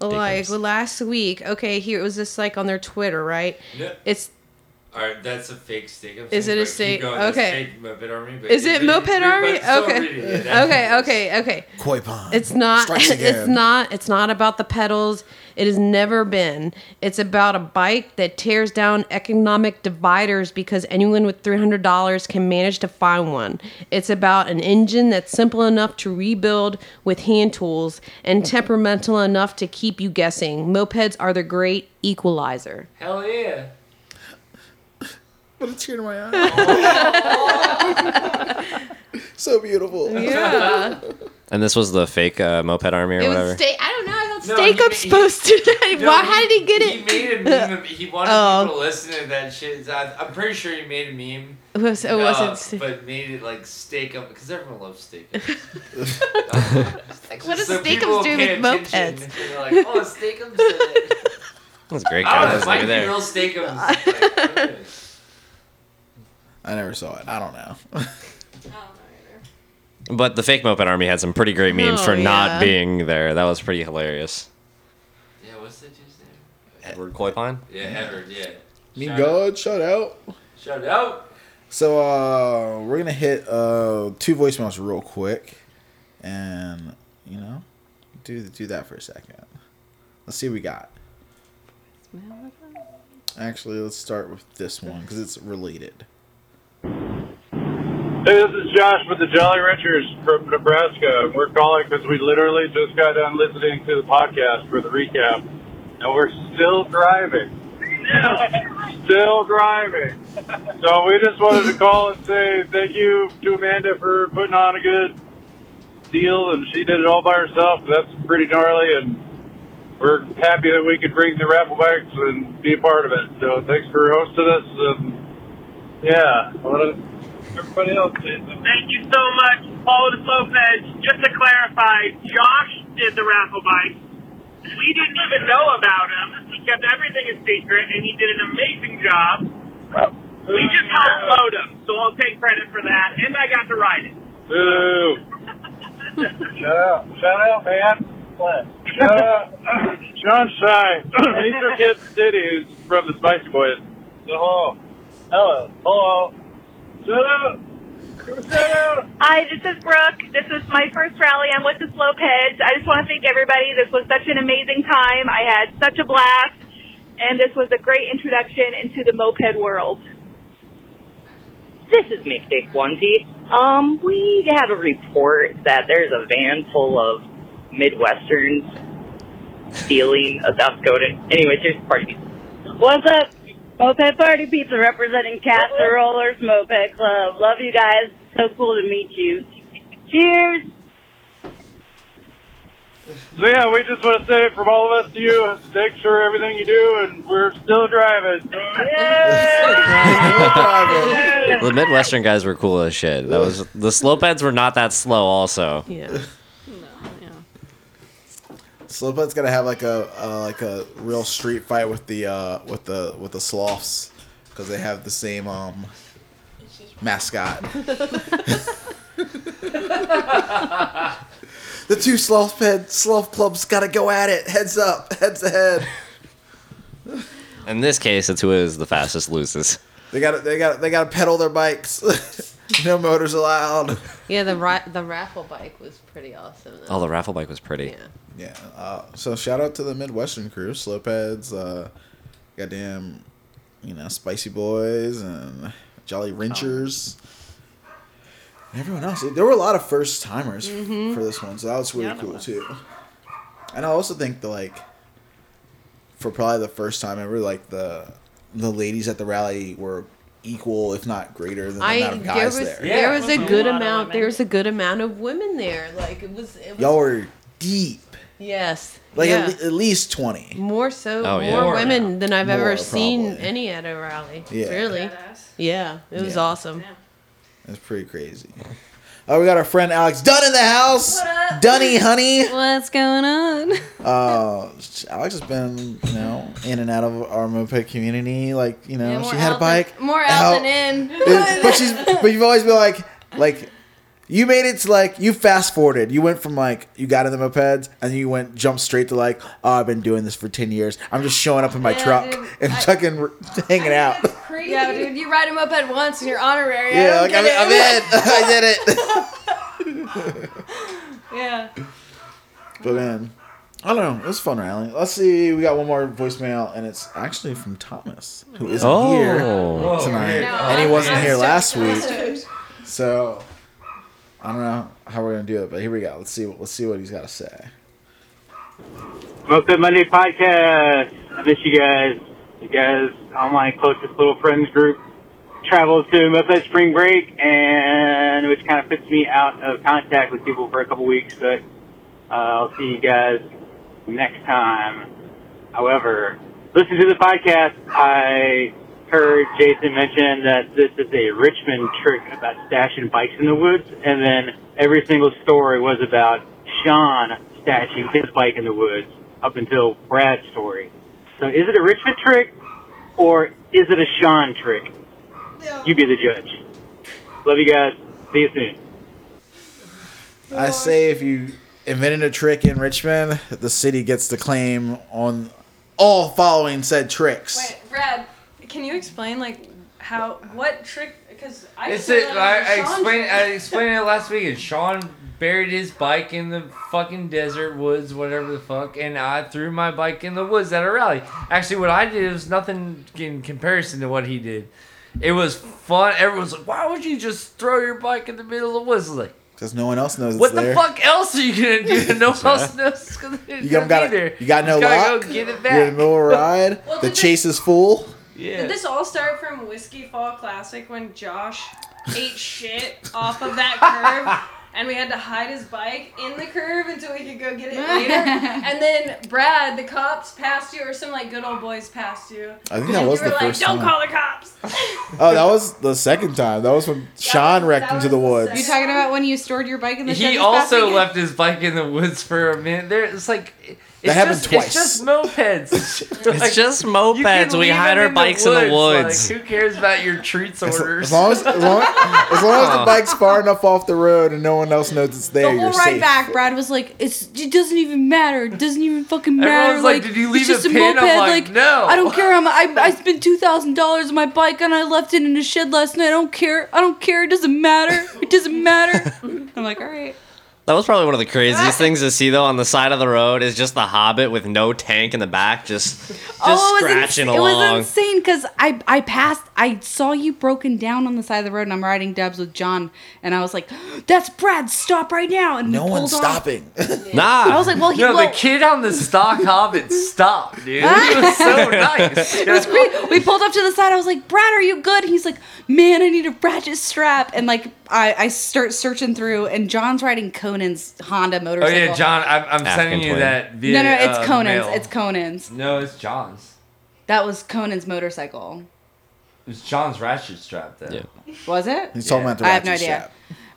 like
Steakums.
last week? Okay, here it was just like on their Twitter, right?
No,
It's
all right, that's a fake steak. I'm
Is
saying,
it a
but keep
steak-
going, that's
okay.
fake moped army. But
Is it moped army? Okay. okay,
Okay.
okay, okay.
Koi pond.
It's not.
Strikes
It's
again.
not. It's not about the pedals. It has never been. It's about a bike that tears down economic dividers because anyone with three hundred dollars can manage to find one. It's about an engine that's simple enough to rebuild with hand tools and temperamental enough to keep you guessing. Mopeds are the great equalizer.
Hell yeah.
What a tear in my eye. so beautiful.
Yeah,
And this was the fake uh, moped army or
it
whatever.
was steak. I don't know. I
No,
thought
he-
steak up's supposed to.
No,
Why? How did he get
He
it?
made a meme. Of, he wanted
Oh.
people to listen to that shit. I, I'm pretty sure he made a meme.
It was. It
uh,
wasn't. steak.
But made it like steak up because everyone loves steak. Uh,
Like, what does
So
steak
people
do
pay
with
attention,
mopeds?
and they're like, oh, steakums. did it."
That's great,
oh,
guys.
it
That's
might
over
be
there.
real steakums. Like, okay.
I never saw it. I don't know.
But the fake moped army had some pretty great memes
Oh,
for
yeah.
not being there. That was pretty hilarious.
yeah, what's that dude's name?
Edward Coipon.
Yeah, Edward. Yeah.
Me
Shout out.
God, shut out.
Shout out.
So uh, we're gonna hit uh, two voicemails real quick, and you know, do do that for a second. Let's see what we got. Actually, let's start with this one because it's related.
Hey, this is Josh with the Jolly Ranchers from Nebraska. We're calling because we literally just got done listening to the podcast for the recap, and we're still driving. still driving. So we just wanted to call and say thank you to Amanda for putting on a good deal, and she did it all by herself. That's pretty gnarly, and we're happy that we could bring the raffle bikes and be a part of it. So thanks for hosting us, and yeah, let us everybody else did.
Thank you so much, Paulus Lopez. Just to clarify, Josh did the raffle bike. We didn't even know about him. He kept everything a secret, and he did an amazing job. We just helped load him, so I'll take credit for that. And I got to ride it.
Boo. Shut up. Shut up, man. Shut up. John Shy. These are kids City who's from the Spice Boys. So, hello. Hello. Hello. Shut up. Shut up.
Hi, this is Brooke. This is my first rally. I'm with the Slopeds. I just want to thank everybody. This was such an amazing time. I had such a blast, and this was a great introduction into the moped world. This is Mixtape Onesie. Um, we have a report that there's a van full of Midwesterns stealing a South Dakota. Anyways, here's the party. What's up? Moped Party Pizza representing Cats and Rollers Moped Club. Love you guys. So cool to meet you. Cheers.
So yeah, we just want to say from all of us to you, thanks for everything you do, and we're still driving.
The Midwestern guys were cool as shit. That was the slopeds were not that slow. Also,
Yeah.
Yeah.
Slowbutt's gotta have like a uh, like a real street fight with the uh, with the with the sloths because they have the same um, mascot. the two sloth ped sloth clubs gotta go at it. Heads up, heads ahead.
in this case, it's who is the fastest loses.
They got to they got to they got to pedal their bikes. no motors allowed.
Yeah, the ra- the raffle bike was pretty awesome. Though.
Oh, the raffle bike was pretty.
Yeah.
Yeah. Uh, so shout out to the Midwestern crew, Slopeds, uh, goddamn, you know, Spicy Boys and
Oh.
Jolly Wrenchers. And everyone else. There were a lot of first timers
Mm-hmm.
for this one, so that was really cool too. And I also think that like for probably the first time ever, like the the ladies at the rally were equal, if not greater, than the
I
amount of
there
guys
was
there.
there was a good
lot of
amount
women.
there was a good amount of women there. Like it was it was
Y'all were deep
Yes.
Like
yeah.
at, le- at least twenty.
more so,
Oh, yeah.
more
More
women than I've
More,
ever seen
probably.
any at a rally.
Yeah.
Really. Yeah. It was
Yeah.
awesome.
That's pretty crazy. Oh, we got our friend Alex Dunn in the house.
What up?
Dunny, honey.
What's going on?
Uh, Alex has been, you know, in and out of our moped community. Like, you know, she had a bike.
more
out
out
out.
than in.
It- but she's but you've always been like like you made it to like you fast forwarded. You went from like you got in the mopeds and you went jump straight to like oh I've been doing this for ten years. I'm just showing up in my
Yeah,
truck
dude.
and
I-
fucking r- hanging out.
Crazy.
Yeah, dude, you ride him up at once and you're honorary. I
Yeah,
don't
like
get
I'm,
it.
I'm in. I did it.
Yeah.
but man, I don't know. It was a fun rally. Let's see. We got one more voicemail and it's actually from Thomas who isn't here
Oh,
tonight
No,
and he
I-
wasn't
I
here
was
last week.
Dude.
So I don't know how we're gonna do it, but here we go. Let's see what let's see what he's got to say.
Moped Monday podcast. I miss you guys. You guys, all my closest little friends group traveled to Moped Spring Break, and which kind of puts me out of contact with people for a couple weeks. But uh, I'll see you guys next time. However, listen to the podcast. I heard Jason mention that this is a Richmond trick about stashing bikes in the woods, and then every single story was about Sean stashing his bike in the woods up until Brad's story. So is it a Richmond trick or is it a Sean trick? You be the judge. Love you guys. See you soon.
I say if you invented a trick in Richmond, the city gets the claim on all following said tricks.
Wait, Brad, can you explain like how what trick? Because I
It's
just
it.
know that
I, I
Sean's-
explained. I explained it last week, and Sean buried his bike in the fucking desert woods, whatever the fuck, and I threw my bike in the woods at a rally. Actually, what I did was nothing in comparison to what he did. It was fun. Everyone's like, "Why would you just throw your bike in the middle of the woods?" I was Like,
Because no one else knows
what
it's
the
there.
fuck else are you gonna do? No one else knows.
You don't got
there.
you got no
You gotta
lock.
Go get
You're in
it
the
back.
middle of a ride.
Well,
the
did they-
chase is full.
Yeah.
Did this all start from Whiskey Fall Classic when Josh ate shit off of that curve? And we had to hide his bike in the curve until we could go get it later. and then Brad, the cops passed you, or some like good old boys passed you.
I think
And
that was
you
the
were like,
first
"Don't
time.
call the cops."
Oh, that was the second time. That was when Sean
was-
wrecked into
that was
the
the
woods.
second-
You talking about when you stored your bike in the
he
judge's
also
basket?
left his bike in the woods for a minute. There, it's like
That
it's
happened
just,
twice.
It's just mopeds.
it's just mopeds. We hide our bikes in the woods.
Like, who cares about your treats
As-
orders?
As long as, as, long, as long as the
Aw.
bike's far enough off the road and no one else knows it's there,
The whole
you're
ride
safe.
back, Brad was like, "It's it doesn't even matter. It doesn't even fucking matter."
Everyone's like, "Did you leave
it's just
a pin?" I'm like, "No."
I don't care. I'm, I I spent two thousand dollars on my bike and I left it in a shed last night. I don't care. I don't care. It doesn't matter. It doesn't matter." I'm like, "All right."
That was probably one of the craziest things to see though on the side of the road is just the Hobbit with no tank in the back, just just
Oh, it was
scratching
ins- It was
along.
insane because I I passed. I saw you broken down on the side of the road, and I'm riding Dubs with John, and I was like, "That's Brad. Stop right now!" And we
No one's
pulled off.
stopping.
nah,
I was like, "Well, he
no,
well,
the kid on the stock hobbit stopped, dude. It was so nice. It was
we, we pulled up to the side. I was like, Brad, are you good? He's like, man, I need a ratchet strap. And like, I, I start searching through, and John's riding Conan's Honda
Oh
motorcycle.
yeah, John, I'm, I'm
Ah,
sending you
twin.
that.
No,
Via,
no, it's
uh,
Conan's.
mail.
It's Conan's.
No, it's John's.
That was Conan's motorcycle,
It was John's ratchet strap then.
Yeah.
was it?
He's talking about the
I have no
ratchet
idea.
strap.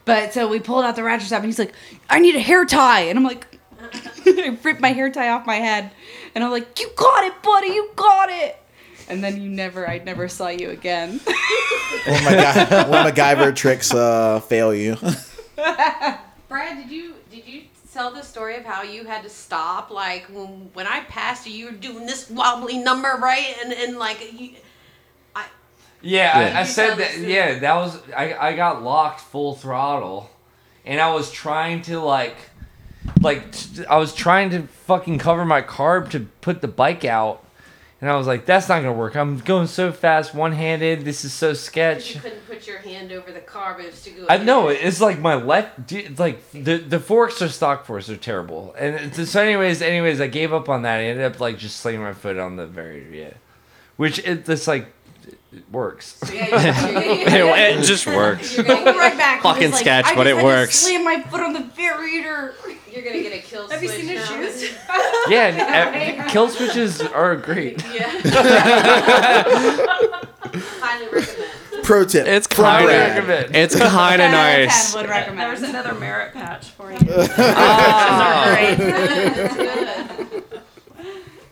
But so we pulled out the ratchet strap, and he's like, I need a hair tie. And I'm like, I ripped my hair tie off my head, and I'm like, you got it, buddy, you got it. And then you never, I never saw you again.
Oh
When MacGy- when MacGyver tricks uh, fail you.
Brad, did you did you tell the story of how you had to stop? Like when when I passed you, you were doing this wobbly number, right? And and like you,
Yeah,
Yeah.
I, I
You
said
tell the
that.
story.
Yeah, that was. I, I got locked full throttle, and I was trying to like, like t- I was trying to fucking cover my carb to put the bike out, and I was like, that's not gonna work. I'm going so fast, one handed. This is so sketch.
you couldn't put your hand over the car, but it was to go.
I know it's like my left, d- it's like the the forks or stock forks are terrible, and it's- so anyways, anyways, I gave up on that. I ended up like just slamming my foot on the very yeah, which it this like it works.
Yeah, you're, you're, you're,
It- it just works.
you're gonna,
right back.
Fucking
He's like,
sketch,
I
but
just
it
had to
works.
Slam my foot on the variator.
you're gonna get a kill
Have you seen
switch
his
now.
shoes?
Yeah,
e-
and, uh, kill switches are great.
Highly recommend.
Pro tip.
It's
from
kind
Brad.
of it's kind of nice.
would
There was
recommend.
another merit patch for you.
Oh.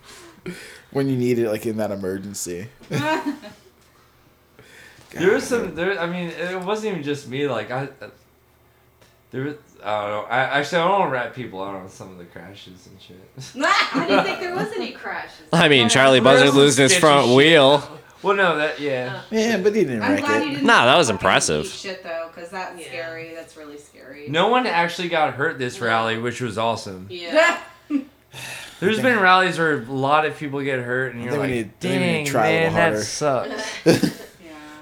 when you need it, like in that emergency.
There was some. There, I mean, it wasn't even just me. Like I, uh, there was. I don't know. I actually I don't want to rat people out on some of the crashes and shit.
I didn't think there was any crashes.
I mean, Charlie Buzzard losing his front wheel.
Well, no, that yeah.
Yeah, but he didn't
Uh, I'm
wreck
glad you
it.
didn't.
Nah, that was
fucking
impressive.
eat Shit though, because that's
Yeah.
scary. That's really scary.
No one actually got hurt this rally, which was awesome.
Yeah.
There's been rallies where a lot of people get hurt, and you're
think
like,
we need- I think we need to
"Dang,
try a little
man, that
harder."
sucks."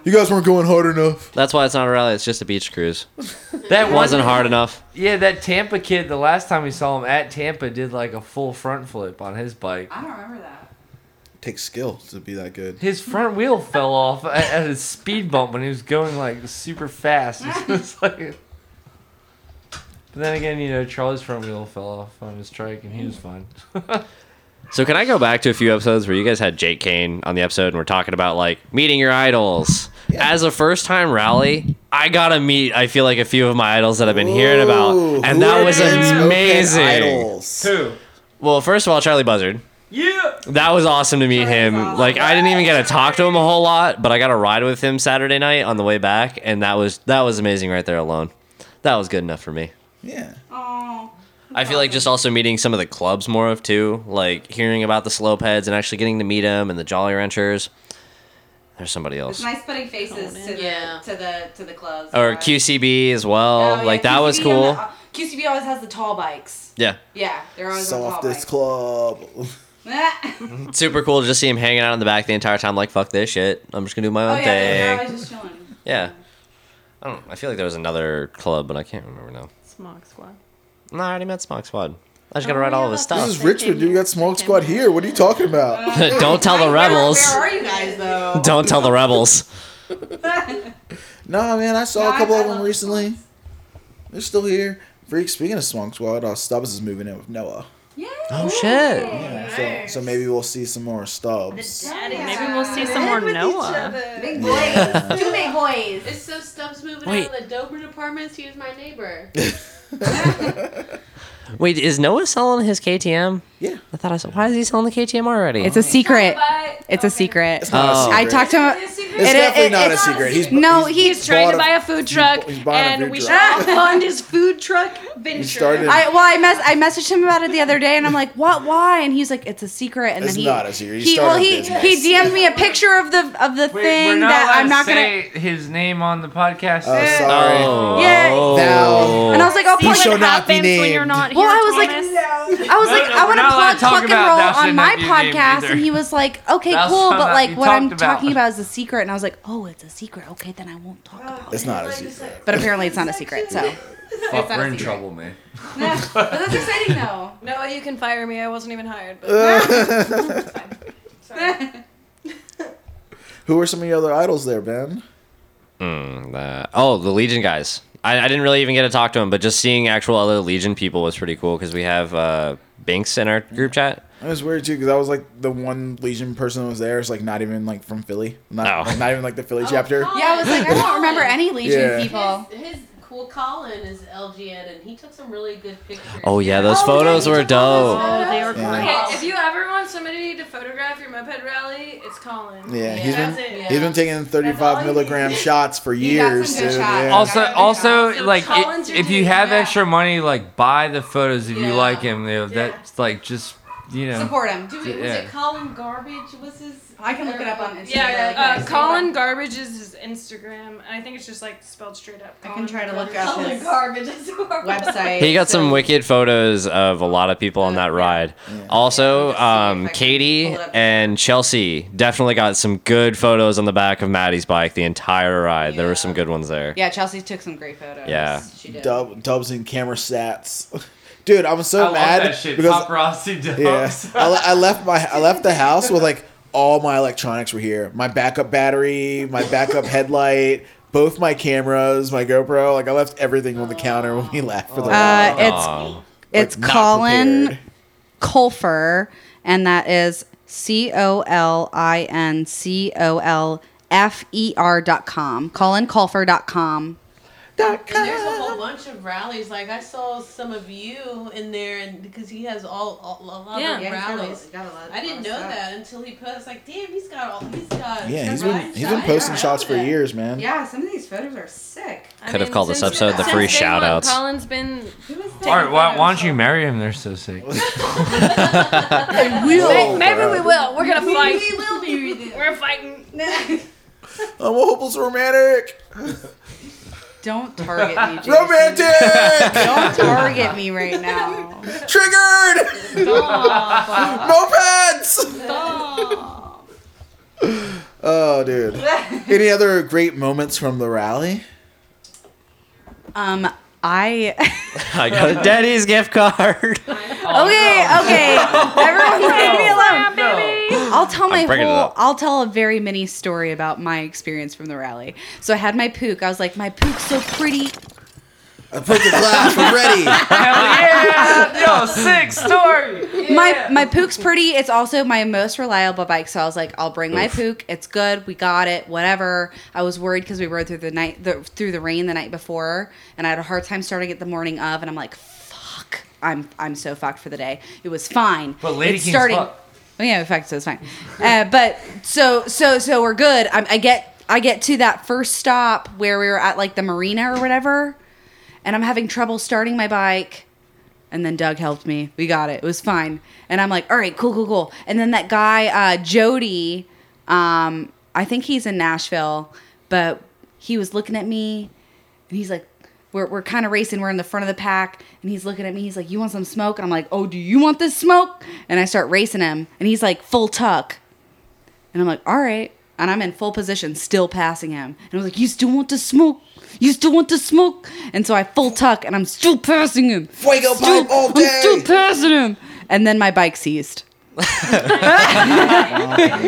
You guys weren't going hard enough.
That's why it's not a rally. It's just a beach cruise.
That
It
wasn't.
wasn't hard enough.
Yeah, that Tampa kid. The last time we saw him at Tampa, did like a full front flip on his bike.
I don't remember that.
Takes skill to be that good.
His front wheel fell off at, at a speed bump when he was going like super fast. It's just like, but then again, you know, Charlie's front wheel fell off on his trike and he was fine.
So can I go back to a few episodes where you guys had Jake Kane on the episode and we're talking about like meeting your idols. As a first time rally, I gotta meet I feel like a few of my idols that I've been hearing about.
Ooh,
And
who
that
are
was
these open
amazing.
idols?
Who?
Well, first of all, Charlie Buzzard.
Yeah.
That was awesome to meet him.
awesome.
Like I didn't even get to talk to him a whole lot, but I got to ride with him Saturday night on the way back, and that was that was amazing right there alone. That was good enough for me.
Yeah.
Oh,
I feel like just also meeting some of the clubs more of too, like hearing about the slope heads and actually getting to meet them and the Jolly Ranchers. There's somebody
it's
else.
nice putting faces to the,
Yeah.
to the to the clubs.
Or
Right.
QCB as well.
Oh, yeah,
like that was
QCB on
cool.
the- uh, QCB always has the tall bikes.
yeah.
Yeah, they're always on tall
Softest
bikes.
club.
Super cool to just see him hanging out in the back the entire time like fuck this shit. I'm just going to do my
oh
own
yeah,
thing.
they're always just chilling.
yeah. I don't I feel like there was another club, but I can't remember now.
Smog Squad.
No, I already met Smock Squad. I
Oh,
just got to write all of his
This
stuff.
is Richmond, dude. We got Smoke Squad here. What are you talking about?
don't tell the rebels.
Where are you guys though?
Don't tell the rebels.
Nah, man, I saw
No,
a
I-
couple
I
of them
love
recently. They're still here. Freak, speaking of Smoke Squad, uh, Stubbs is moving in with Noah.
Oh shit.
Yeah, so, so maybe we'll see some more Stubbs.
Maybe we'll see some more Noah.
Big boys, two big boys.
It's so Stubbs moving
Wait.
out of the Dober apartments. He was my neighbor.
Wait, is Noah selling his KTM?
Yeah.
I thought I said, why is he selling the KTM already?
It's a secret.
But
It's a secret.
It's not a
Oh.
I
secret.
talked to him.
It's
it-
definitely
it-
not a
it's not a
secret. He's
No, he's
bought
trying to buy a food truck,
he's buying a
and
food
we
truck.
should all fund his food truck venture.
started-
I well, I mess I messaged him about it the other day, and I'm like, "What? Why?" And he's like, "It's a secret." And
It's
then he,
not a secret. He
He, well,
started a
he
business.
he DM'd me a picture of the of the
Wait, we're
thing
not
that
allowed
I'm not
to
gonna.
say his name on the podcast.
Oh, sorry.
Oh.
Yeah.
Now-
And I was like, oh, "I'll
See
plug
what
shall
it."
not be
happens when
named.
you're not here.
Well, I was like,
Thomas.
I was
No,
like,
no,
"I
we're
want
not allowed
to
to talk
plug fuck and
about
roll
that shit,
on my
not you named
podcast,"
either.
and he was like, "Okay,
That's
cool,
not
but
that
like
you
what I'm
talked about.
talking about is a secret." And I was like, "Oh, it's a secret. Okay, then I won't talk about it."
It's not a secret.
But apparently, it's not a secret. So
Fuck,
not
we're
a
in
secret.
trouble, man.
but that's exciting though.
No, you can fire me. I wasn't even hired. But
Who are some of your other idols there, Ben?
Uh, oh, the Legion guys. I, I didn't really even get to talk to him, but just seeing actual other Legion people was pretty cool because we have uh, Binks in our group chat.
It was weird too because I was like the one Legion person that was there. It's like not even like from Philly, not
Oh.
not even like the Philly chapter.
Yeah, I was like, I don't remember any Legion
Yeah.
people.
His, his cool Colin is LG Ed, and he took some really good pictures.
Oh yeah, those
Oh,
photos
yeah, you
were
took all
dope.
those
Oh, they were
Yeah.
great.
Okay, if you ever want somebody to photograph your moped rally, it's Colin.
Yeah.
Yeah, he's been
That's it.
he's been taking 35 milligram shots for
He got some
years.
good shots.
dude, yeah.
Also,
Yeah.
also,
So
like, i-
Collins, you're
if you
doing-
have
yeah.
extra money, like, buy the photos if
Yeah.
you like him. You know, That's like just you know.
Support him.
Do we, was
Yeah.
it Colin Garbage? Was his?
I can look it up on Instagram.
Yeah,
really
yeah. Uh,
quick.
Colin Garbage is his Instagram. I think it's just like spelled straight up.
I
Colin
can try to look
Garbage.
up
Colin
his
Garbage. is horrible.
website.
He got
so- Oh,
some wicked photos of a lot of people on that ride. Also, um, Katie and Chelsea definitely got some good photos on the back of Maddie's bike the entire ride. There were some good ones there.
Yeah, Chelsea took some great photos.
Yeah.
she did.
Dub, dubs and camera sats. Dude, I'm
I
so
love
mad
that shit.
because
Paparazzi dogs.
yeah, I, le- I left my I left the house with like all my electronics were here. My backup battery, my backup headlight, both my cameras, my GoPro. Like I left everything on the counter when we left for the
Uh,
ride.
it's
Aw.
It's
not
Colin
prepared.
Colfer, and that is C O L I N C O L F E R dot com. ColinColfer.com.
There's a whole bunch of rallies. Like I saw some of you in there, and because he has all, all a lot
Yeah.
of
Yeah,
he's got a-
rallies.
got a lot-
I didn't
lot
know
of stuff.
that until he put. I was like, damn, he's got all. He's got.
Yeah, he's
some
been he's been
rallies.
posting
Yeah.
shots for years, man.
Yeah, some of these photos are sick.
I
Could have called this
since-
episode the
since
free
day
shout
one,
outs.
Colin's been.
All right, why, why don't you marry him? They're so sick.
May- Maybe we will. We're gonna fight.
We will be redoing.
We're fighting.
I'm a hopeless romantic.
Don't target me, Jason.
Romantic.
Don't target me right now.
Triggered. Mopeds. Oh, dude. Any other great moments from the rally?
Um, I.
I got a daddy's gift card.
Oh,
okay, okay. Everyone, leave me alone.
No.
I'll tell my
bringing it
whole.
up.
I'll tell a very mini story about my experience from the rally. So I had my puke. I was like, my pook's so pretty.
I put the glass. We're ready.
Hell yeah! Yo, sick story.
My my pook's pretty. It's also my most reliable bike. So I was like, I'll bring my pook. It's good. We got it. Whatever. I was worried because we rode through the night the, through the rain the night before, and I had a hard time starting it the morning of. And I'm like, fuck. I'm I'm so fucked for the day. It was fine.
But Lady
it's
King's fucked.
Well, yeah, in fact, so it's fine. Uh, but so so so we're good. I, I get I get to that first stop where we were at like the marina or whatever, and I'm having trouble starting my bike. And then Doug helped me. We got it. It was fine. And I'm like, all right, cool, cool, cool. And then that guy uh, Jody, um, I think he's in Nashville, but he was looking at me, and he's like. We're, we're kind of racing. We're in the front of the pack. And he's looking at me. He's like, You want some smoke? And I'm like, Oh, do you want this smoke? And I start racing him. And he's like, Full tuck. And I'm like, all right. And I'm in full position, still passing him. And I was like, you still want to smoke? You still want to smoke? And so I full tuck and I'm still passing him.
Fuego
Still-
pipe all
I'm still
day.
passing him. And then my bike seized.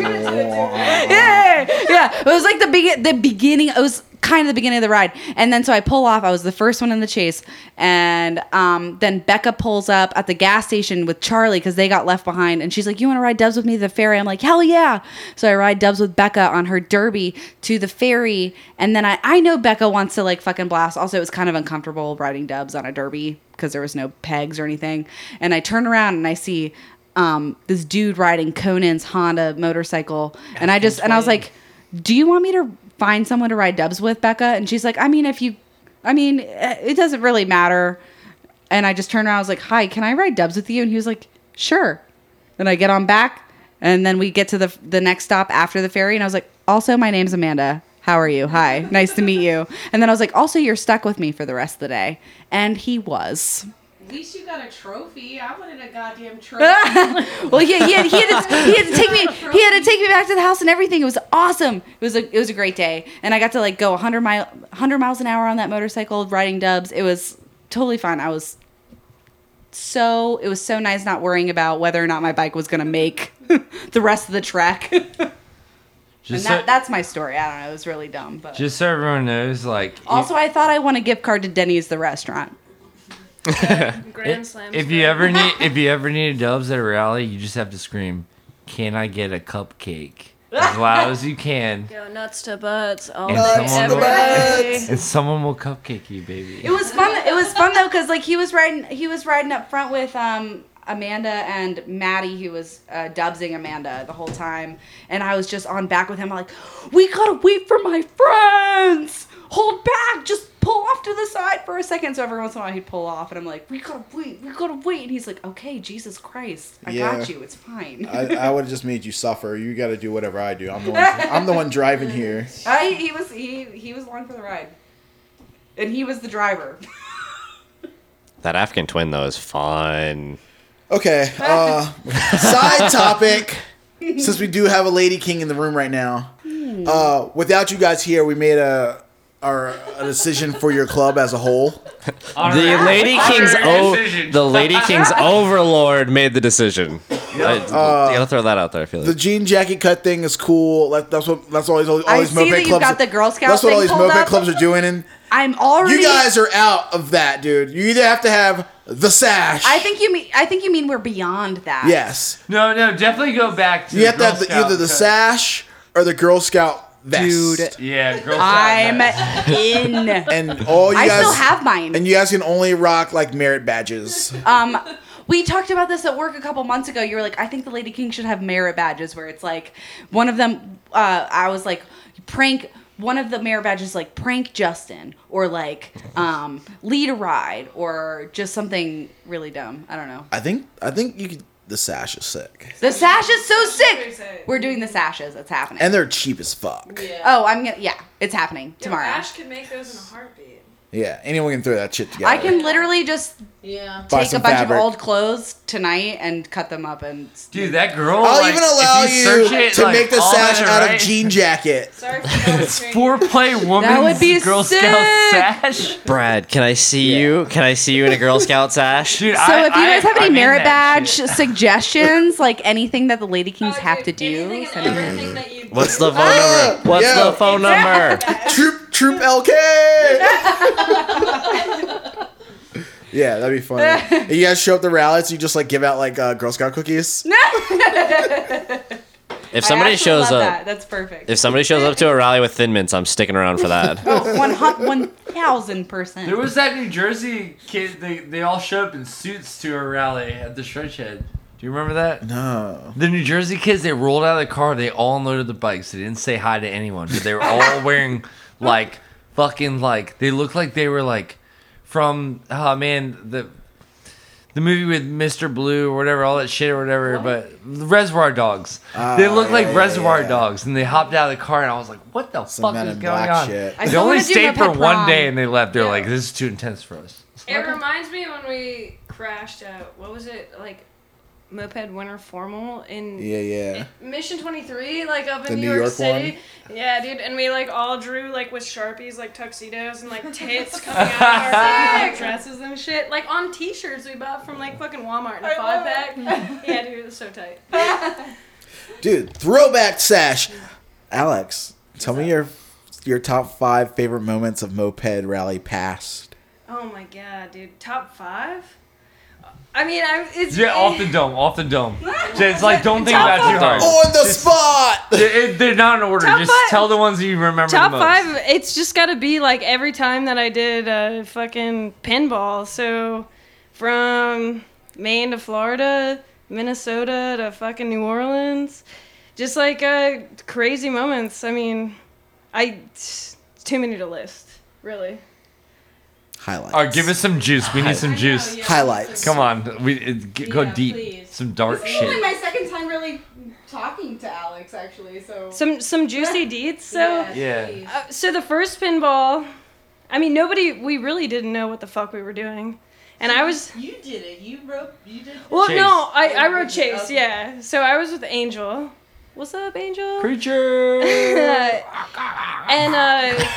yeah, yeah. It was like the big, the beginning. It was kind of the beginning of the ride, and then so I pull off. I was the first one in the chase, and um, then Becca pulls up at the gas station with Charlie because they got left behind, and she's like, "You want to ride Dubs with me to the ferry?" I'm like, "Hell yeah!" So I ride Dubs with Becca on her derby to the ferry, and then I I know Becca wants to like fucking blast. Also, it was kind of uncomfortable riding Dubs on a derby because there was no pegs or anything, and I turn around and I see um, this dude riding Conan's Honda motorcycle, and I just and I was like, "Do you want me to find someone to ride dubs with, Becca?" And she's like, "I mean, if you, I mean, eh, it doesn't really matter." And I just turned around, I was like, "Hi, can I ride dubs with you?" And he was like, "Sure." And I get on back, and then we get to the the next stop after the ferry, and I was like, "Also, my name's Amanda." How are you? Hi, nice to meet you. And then I was like, also, you're stuck with me for the rest of the day. And he was.
At least you got a trophy. I wanted a goddamn trophy.
Well, yeah, he had, he, had to, he had to take me. He had to take me back to the house and everything. It was awesome. It was a it was a great day, and I got to like go 100 mile 100 miles an hour on that motorcycle riding dubs. It was totally fun. I was so it was so nice not worrying about whether or not my bike was gonna make the rest of the track. and
Just so,
that, that's my story. I don't know. It was really dumb, but
just so everyone knows, like,
also I thought I won a gift card to Denny's the restaurant.
Grand slam.
if you ever need if you ever need dubs at a rally, you just have to scream, "Can I get a cupcake?" As loud as you can,
Go nuts to butts all
And
day,
someone
every
will-
day.
and someone will cupcake you, baby.
It was fun. It was fun though, because like he was riding, he was riding up front with um Amanda and Maddie, who was uh, dubsing Amanda the whole time, and I was just on back with him, like, we gotta wait for my friends. Hold back, just pull off to the side for a second. So every once in a while he'd pull off, and I'm like, we gotta wait, we gotta wait, and he's like, okay, Jesus Christ, I
Yeah.
got you, it's fine.
I, I would have just made you suffer. You got to do whatever I do. I'm the one. I'm the one driving here.
I, he was he he was along for the ride, and he was the driver.
That African twin though is fun.
Okay. Uh, side topic. Since we do have a lady king in the room right now,
Hmm.
uh, without you guys here, we made a our a decision for your club as a whole.
The Lady King's o- the Lady King's overlord made the decision. I, will throw that out there. I feel
The
like.
jean jacket cut thing is cool. That, that's what that's all these all,
I
these
see
moped
that you've
clubs.
got the Girl Scout
that's what all
thing
these
pulled
moped
up.
clubs are doing. And
I'm already.
you guys are out of that, dude. You either have to have the sash.
I think you mean. I think you mean we're beyond that.
yes,
No, no, definitely go back to
you have to
Girl
have the,
Scout
either the
cut.
sash or the Girl Scout
Dude.
vest.
Yeah, Girl Scout.
I'm
cut.
in.
and all Oh, you
I
guys
still have mine.
and you guys can only rock like merit badges.
Um, we talked about this at work a couple months ago. You were like, I think the Lady King should have merit badges, where it's like one of them. Uh, I was like, prank. One of the merit badges, like prank Justin, or like um, lead a ride, or just something really dumb. I don't know.
I think I think you could. The sash is sick,
The sash is so
Very
sick.
sick.
We're doing the sashes. It's happening.
and they're cheap as fuck. Yeah.
oh, I'm gonna. Yeah, it's happening
Yo,
tomorrow.
Ash could make those in a heartbeat.
anyone can throw that shit together.
I can literally just
Yeah.
Buy
take a
some
bunch
fabric.
of old clothes tonight and cut them up and.
Dude, that girl.
I'll
like,
even allow
if you,
you,
search it,
to
like,
make the
all
sash
that,
out of
right?
jean jacket.
Sorry for not straight.
Foreplay woman. That
would be
Girl
sick.
Scout sash.
Brad, can I see you? Can I see you in a Girl Scout sash?
Dude,
So
I,
if you
I-
guys have any
I'm in
merit
that
badge
shit.
suggestions, like anything that the Lady Kings
Oh,
have to
dude,
do,
anything and
send them in.
everything that you do.
What's the phone number? What's
yeah.
the phone number?
Troop Troop LK. yeah, that'd be funny. And you guys show up to rallies, you just like give out like uh, Girl Scout cookies.
If somebody shows up,
that. that's perfect.
if somebody shows up to a rally with Thin Mints, I'm sticking around for that.
Oh, One hun- one thousand percent.
There was that New Jersey kid. They, they all showed up in suits to a rally at the Stretch Head. Do you remember that?
No.
The New Jersey kids, they rolled out of the car. They all unloaded the bikes. They didn't say hi to anyone, but they were all wearing like fucking like they looked like they were like from oh man the the movie with Mr. Blue or whatever, all that shit or whatever. But the Reservoir Dogs,
Oh,
they looked like Reservoir Dogs, and they hopped out of the car, and I was like, what the
Some
fuck
Men
is
in
going
Black
on?
shit.
I
They
still
only
wanna do
stayed for
Moped
one
Prom.
day, and they left. They're
Yeah.
like, this is too intense for us.
It reminds me when we crashed at what was it like, moped winter formal in
Yeah, yeah.
Mission 23, like up in
The
New,
New
York,
York
City. Yeah, dude, and we like all drew like with sharpies, like tuxedos and like tits coming out of our like, dresses and shit, like on T-shirts we bought from like fucking Walmart in a five pack. yeah, dude, it was so tight.
Dude, throwback sash. Alex, tell me your your top five favorite moments of moped rally past.
Oh my god, dude, top five. I mean, I it's
Yeah, off the dome, off the dome. It's like, don't think about it too hard.
On the spot.
They're, they're not in order.
Top
Just
five-
tell the ones that you remember
Top
the most.
five, it's just got to be like every time that I did uh, fucking pinball. So from Maine to Florida, Minnesota to fucking New Orleans, just like uh, crazy moments. I mean, I it's too many to list, really.
Highlights.
All right, give us some juice. We need some juice.
highlights.
Come on, we it, g- go
Yeah,
deep.
please.
Some dark shit.
my second time really talking to Alex, actually. So
Some some juicy deeds. So
Yeah.
Uh, so the first pinball, I mean, nobody, we really didn't know what the fuck we were doing, and I was.
You did it. You wrote. You did.
Well,
Chase.
no, I, I wrote
Okay.
Chase, yeah. So I was with Angel. What's up, Angel?
Preacher.
and, uh,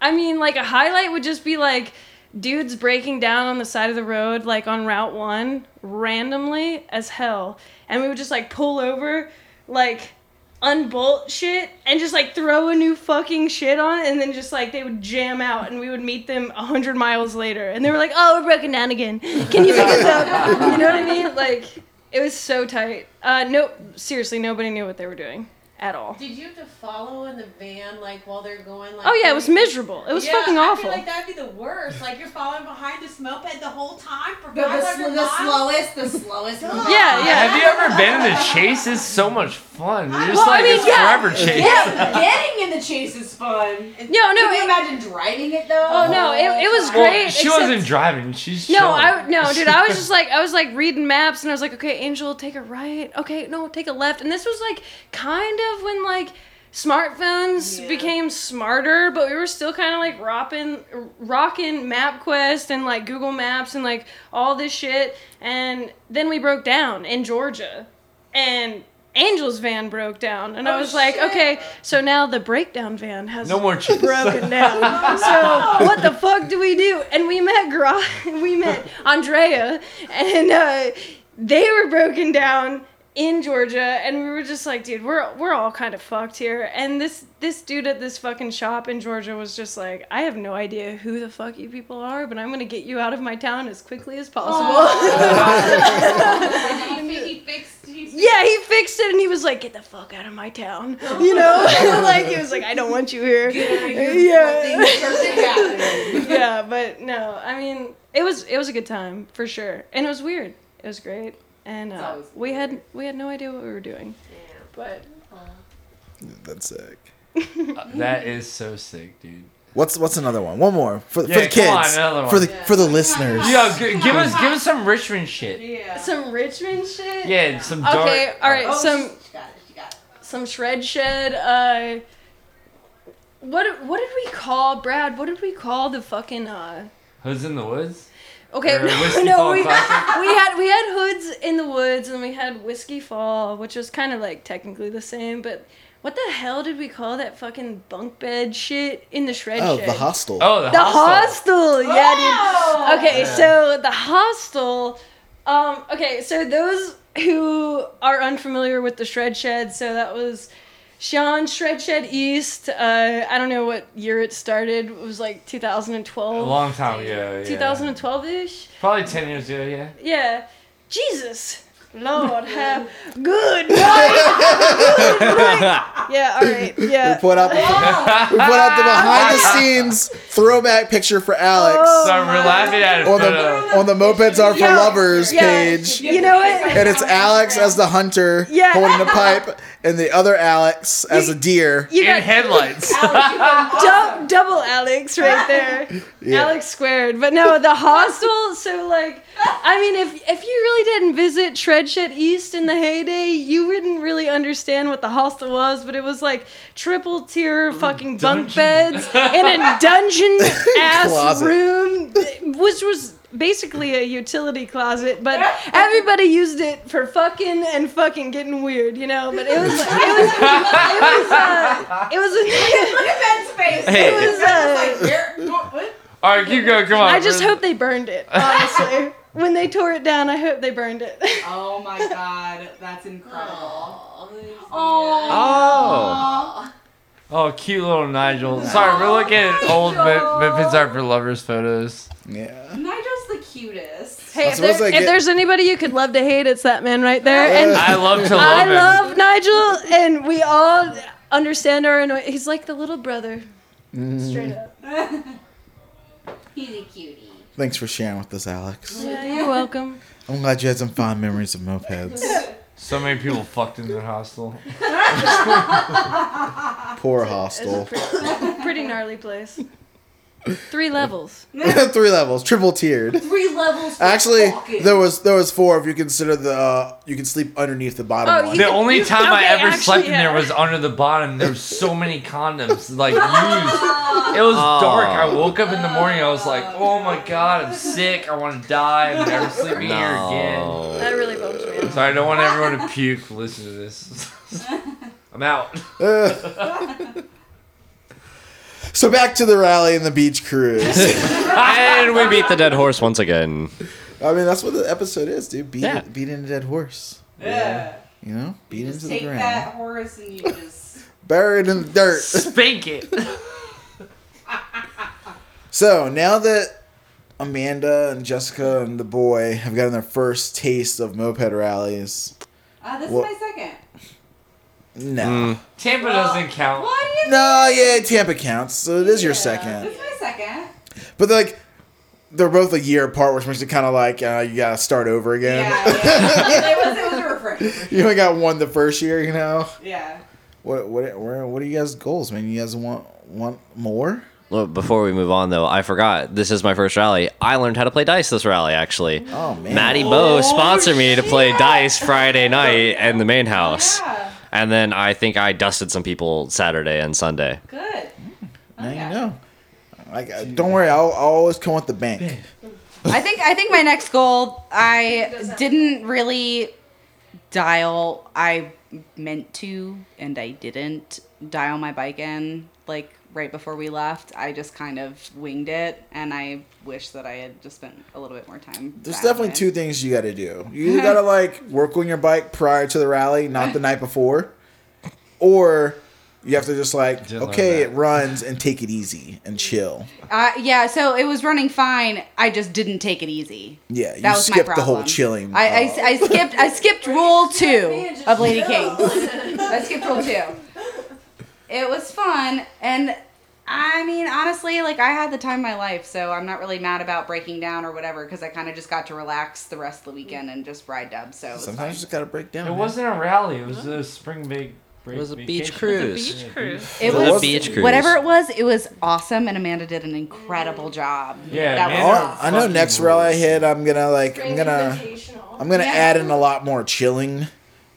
I mean, like, a highlight would just be like dudes breaking down on the side of the road, like on Route 1, randomly as hell. And we would just, like, pull over, like, unbolt shit, and just, like, throw a new fucking shit on it, and then just, like, they would jam out, and we would meet them 100 miles later. And they were like, oh, we're broken down again. Can you pick us up? You know what I mean? Like, it was so tight. Uh, no, seriously, nobody knew what they were doing at all.
Did you have to follow in the van like while they're going? Like,
Oh yeah, it was miserable. It was
Yeah,
fucking
I
awful.
feel like that'd be the worst. Like you're following behind this moped the whole time for
the, the,
500
sl- the
miles.
slowest, the slowest.
yeah, yeah.
Have you ever been in the chase? It's so much fun. You're just
Well, I
like
mean,
it's
yeah.
forever chase.
Yeah, getting in the chase is fun.
No, no,
Can you
it-
imagine driving it though?
Oh no, it, it was
Well,
great.
she
except-
wasn't driving. She's
No,
chilling.
I no, dude. I was just like I was like reading maps and I was like, okay, Angel, take a right. Okay, no, take a left. And this was like kind of when like smartphones became smarter, but we were still kind of like rocking rocking MapQuest and like Google Maps and like all this shit. And then we broke down in Georgia, and. Angel's van broke down, and
Oh,
I was like, "Okay, so now the breakdown van has
no more chase.
broken down. So what the fuck do we do? And we met Gra- we met Andrea, and uh, they were broken down in Georgia, and we were just like, dude, we're we're all kind of fucked here. And this this dude at this fucking shop in Georgia was just like, I have no idea who the fuck you people are, but I'm gonna get you out of my town as quickly as possible.
he fixed. He fixed
yeah, he fixed it, and he was like, get the fuck out of my town, you know? like he was like, I don't want you here. Yeah, yeah, but no, I mean, it was it was a good time for sure, and it was weird. It was great, and uh, we had we had no idea what we were doing, but
Uh-huh.
That's sick.
Uh, That is so sick, dude.
What's what's another one? One more for, the for
Yeah,
the
come on,
kids,
another one.
for the for the listeners.
Yo, g- give us give us some Richmond shit.
Yeah.
some Richmond shit.
Yeah, some dark.
Okay, all right,
Oh,
some
she got it. She got it.
some shred shed. Uh, what what did we call Brad? What did we call the fucking uh?
Who's in the woods?
Okay,
Or
no,
Whiskey
no,
Fall
we, we
Classic?
had we had hoods in the woods and we had whiskey fall, which was kind of like technically the same, but what the hell did we call that fucking bunk bed shit in the shred
Oh,
shed?
the hostel.
Oh, the,
The
hostel.
hostel, yeah, dude. Okay,
Yeah.
so the hostel. Um, okay, so those who are unfamiliar with the shred shed, so that was Sean Shred Shed East. Uh, I don't know what year it started. It was like
A
2012,
long time ago. Yeah.
2012 ish.
Probably ten years ago. Yeah.
Yeah. Jesus. Lord have good night. Good night. Yeah, all right.
We
Yeah.
put up we put up the behind the scenes throwback picture for Alex
So we're laughing at it.
on
but,
the
uh,
on the mopeds are for
Oh. Yeah,
lovers
yeah.
page,
You know what?
and it's Alex as the hunter
Yeah.
holding the pipe, and the other Alex as a deer.
You
in
got
headlights.
dou- double Alex right there.
Yeah.
Alex squared. But no, the hostel, so like I mean if if you really didn't visit Treadshed East in the heyday, you wouldn't really understand what the hostel was, but it was like triple tier fucking bunk beds in a dungeon ass
Closet.
room which was basically a utility closet, but everybody used it for fucking and fucking getting weird, you know, but it was like, it was it was uh, it was
Look at that space.
Hey.
it was uh,
Like, where- what- what?
All right, keep going. Come on.
I just
We're-
hope they burned it, honestly. when they tore it down, I hope they burned it.
Oh my god, that's incredible.
Oh.
Aw.
Oh, cute little Nigel. Sorry, we're looking at old Mem- Memphis Art for Lovers photos.
Yeah,
Nigel's the cutest.
hey,
I
if,
suppose
there-
I
if
get-
there's anybody you could love to hate, it's that man right there. And
I love to love
I
him.
love Nigel, and we all understand our annoyance. He's like the little brother. Straight up.
He's a cutie.
thanks for sharing with us, Alex.
Yeah, you're welcome.
I'm glad you had some fond memories of mopeds.
so many people fucked in their hostel.
Poor
It's a
hostel.
pretty, pretty gnarly place. Three levels.
Three levels, triple tiered.
Three levels.
Actually, there was there was four if you consider the uh, you can sleep underneath the bottom
Oh,
one.
you-
The only time I
okay,
ever
actually,
slept in
yeah.
there was under the bottom. There was so many condoms, like used. It was
Oh.
dark. I woke up in the morning. I was like, "Oh my god, I'm sick. I want to die. I'm never sleeping here again."
No.
That really bumps me out.
So I don't want everyone to puke. Listen to this. I'm out.
Uh, So back to the rally and the beach cruise.
and we beat the dead horse once again.
I mean, that's what the episode is, dude. Beat,
Yeah.
beating a dead horse.
Yeah.
You know, beat
You
into
just
the
take
ground,
that horse and you just.
buried in the dirt.
Spank it.
so now that Amanda and Jessica and the boy have gotten their first taste of moped rallies,
Uh, this
What-
is my second.
no,
Tampa doesn't count.
What do you?
no, yeah, Tampa counts, so it is your second.
This is my second.
But they're like, they're both a year apart, which makes it kind of like uh, you gotta start over again.
Yeah. yeah. it was. It was a refresher.
you only got one the first year, you know.
Yeah.
What what where, what are you guys' goals, man? You guys want want more?
Look, before we move on, though, I forgot. This is my first rally. I learned how to play dice this rally, actually.
Oh man,
Maddie Bo sponsored me to play dice Friday night in the main house.
Yeah.
And then I think I dusted some people Saturday and Sunday.
Good.
Oh,
now
yeah.
you know. Like, uh, don't worry, I'll, I'll always come with the bank.
I think I think my next goal I didn't really dial I meant to and I didn't dial my bike in like right before we left, I just kind of winged it, and I wish that I had just spent a little bit more time.
There's
that
definitely
way.
two things you got to do. You got to like work on your bike prior to the rally, not the night before, or you have to just like
learn
okay, it runs and take it easy and chill.
Uh, yeah, so it was running fine. I just didn't take it easy.
Yeah, you
That was my
skip the whole
problem.
chilling.
I, I, I skipped I skipped rule two of Lady Kings. I skipped rule two. It was fun, and I mean honestly, like I had the time of my life, so I'm not really mad about breaking down or whatever because I kind of just got to relax the rest of the weekend and just ride dub. So it was
Sometimes you just gotta break down.
It
man.
wasn't a rally. It was a spring big. Break
It was a beach
vacation.
cruise.
Yeah,
It was a beach cruise.
It
The
was
beach cruise.
whatever it was. It was awesome, and Amanda did an incredible job.
Yeah,
that
Amanda-
was awesome.
Oh, I know next rally I hit, I'm gonna like I'm gonna I'm gonna
Yeah.
add in a lot more chilling.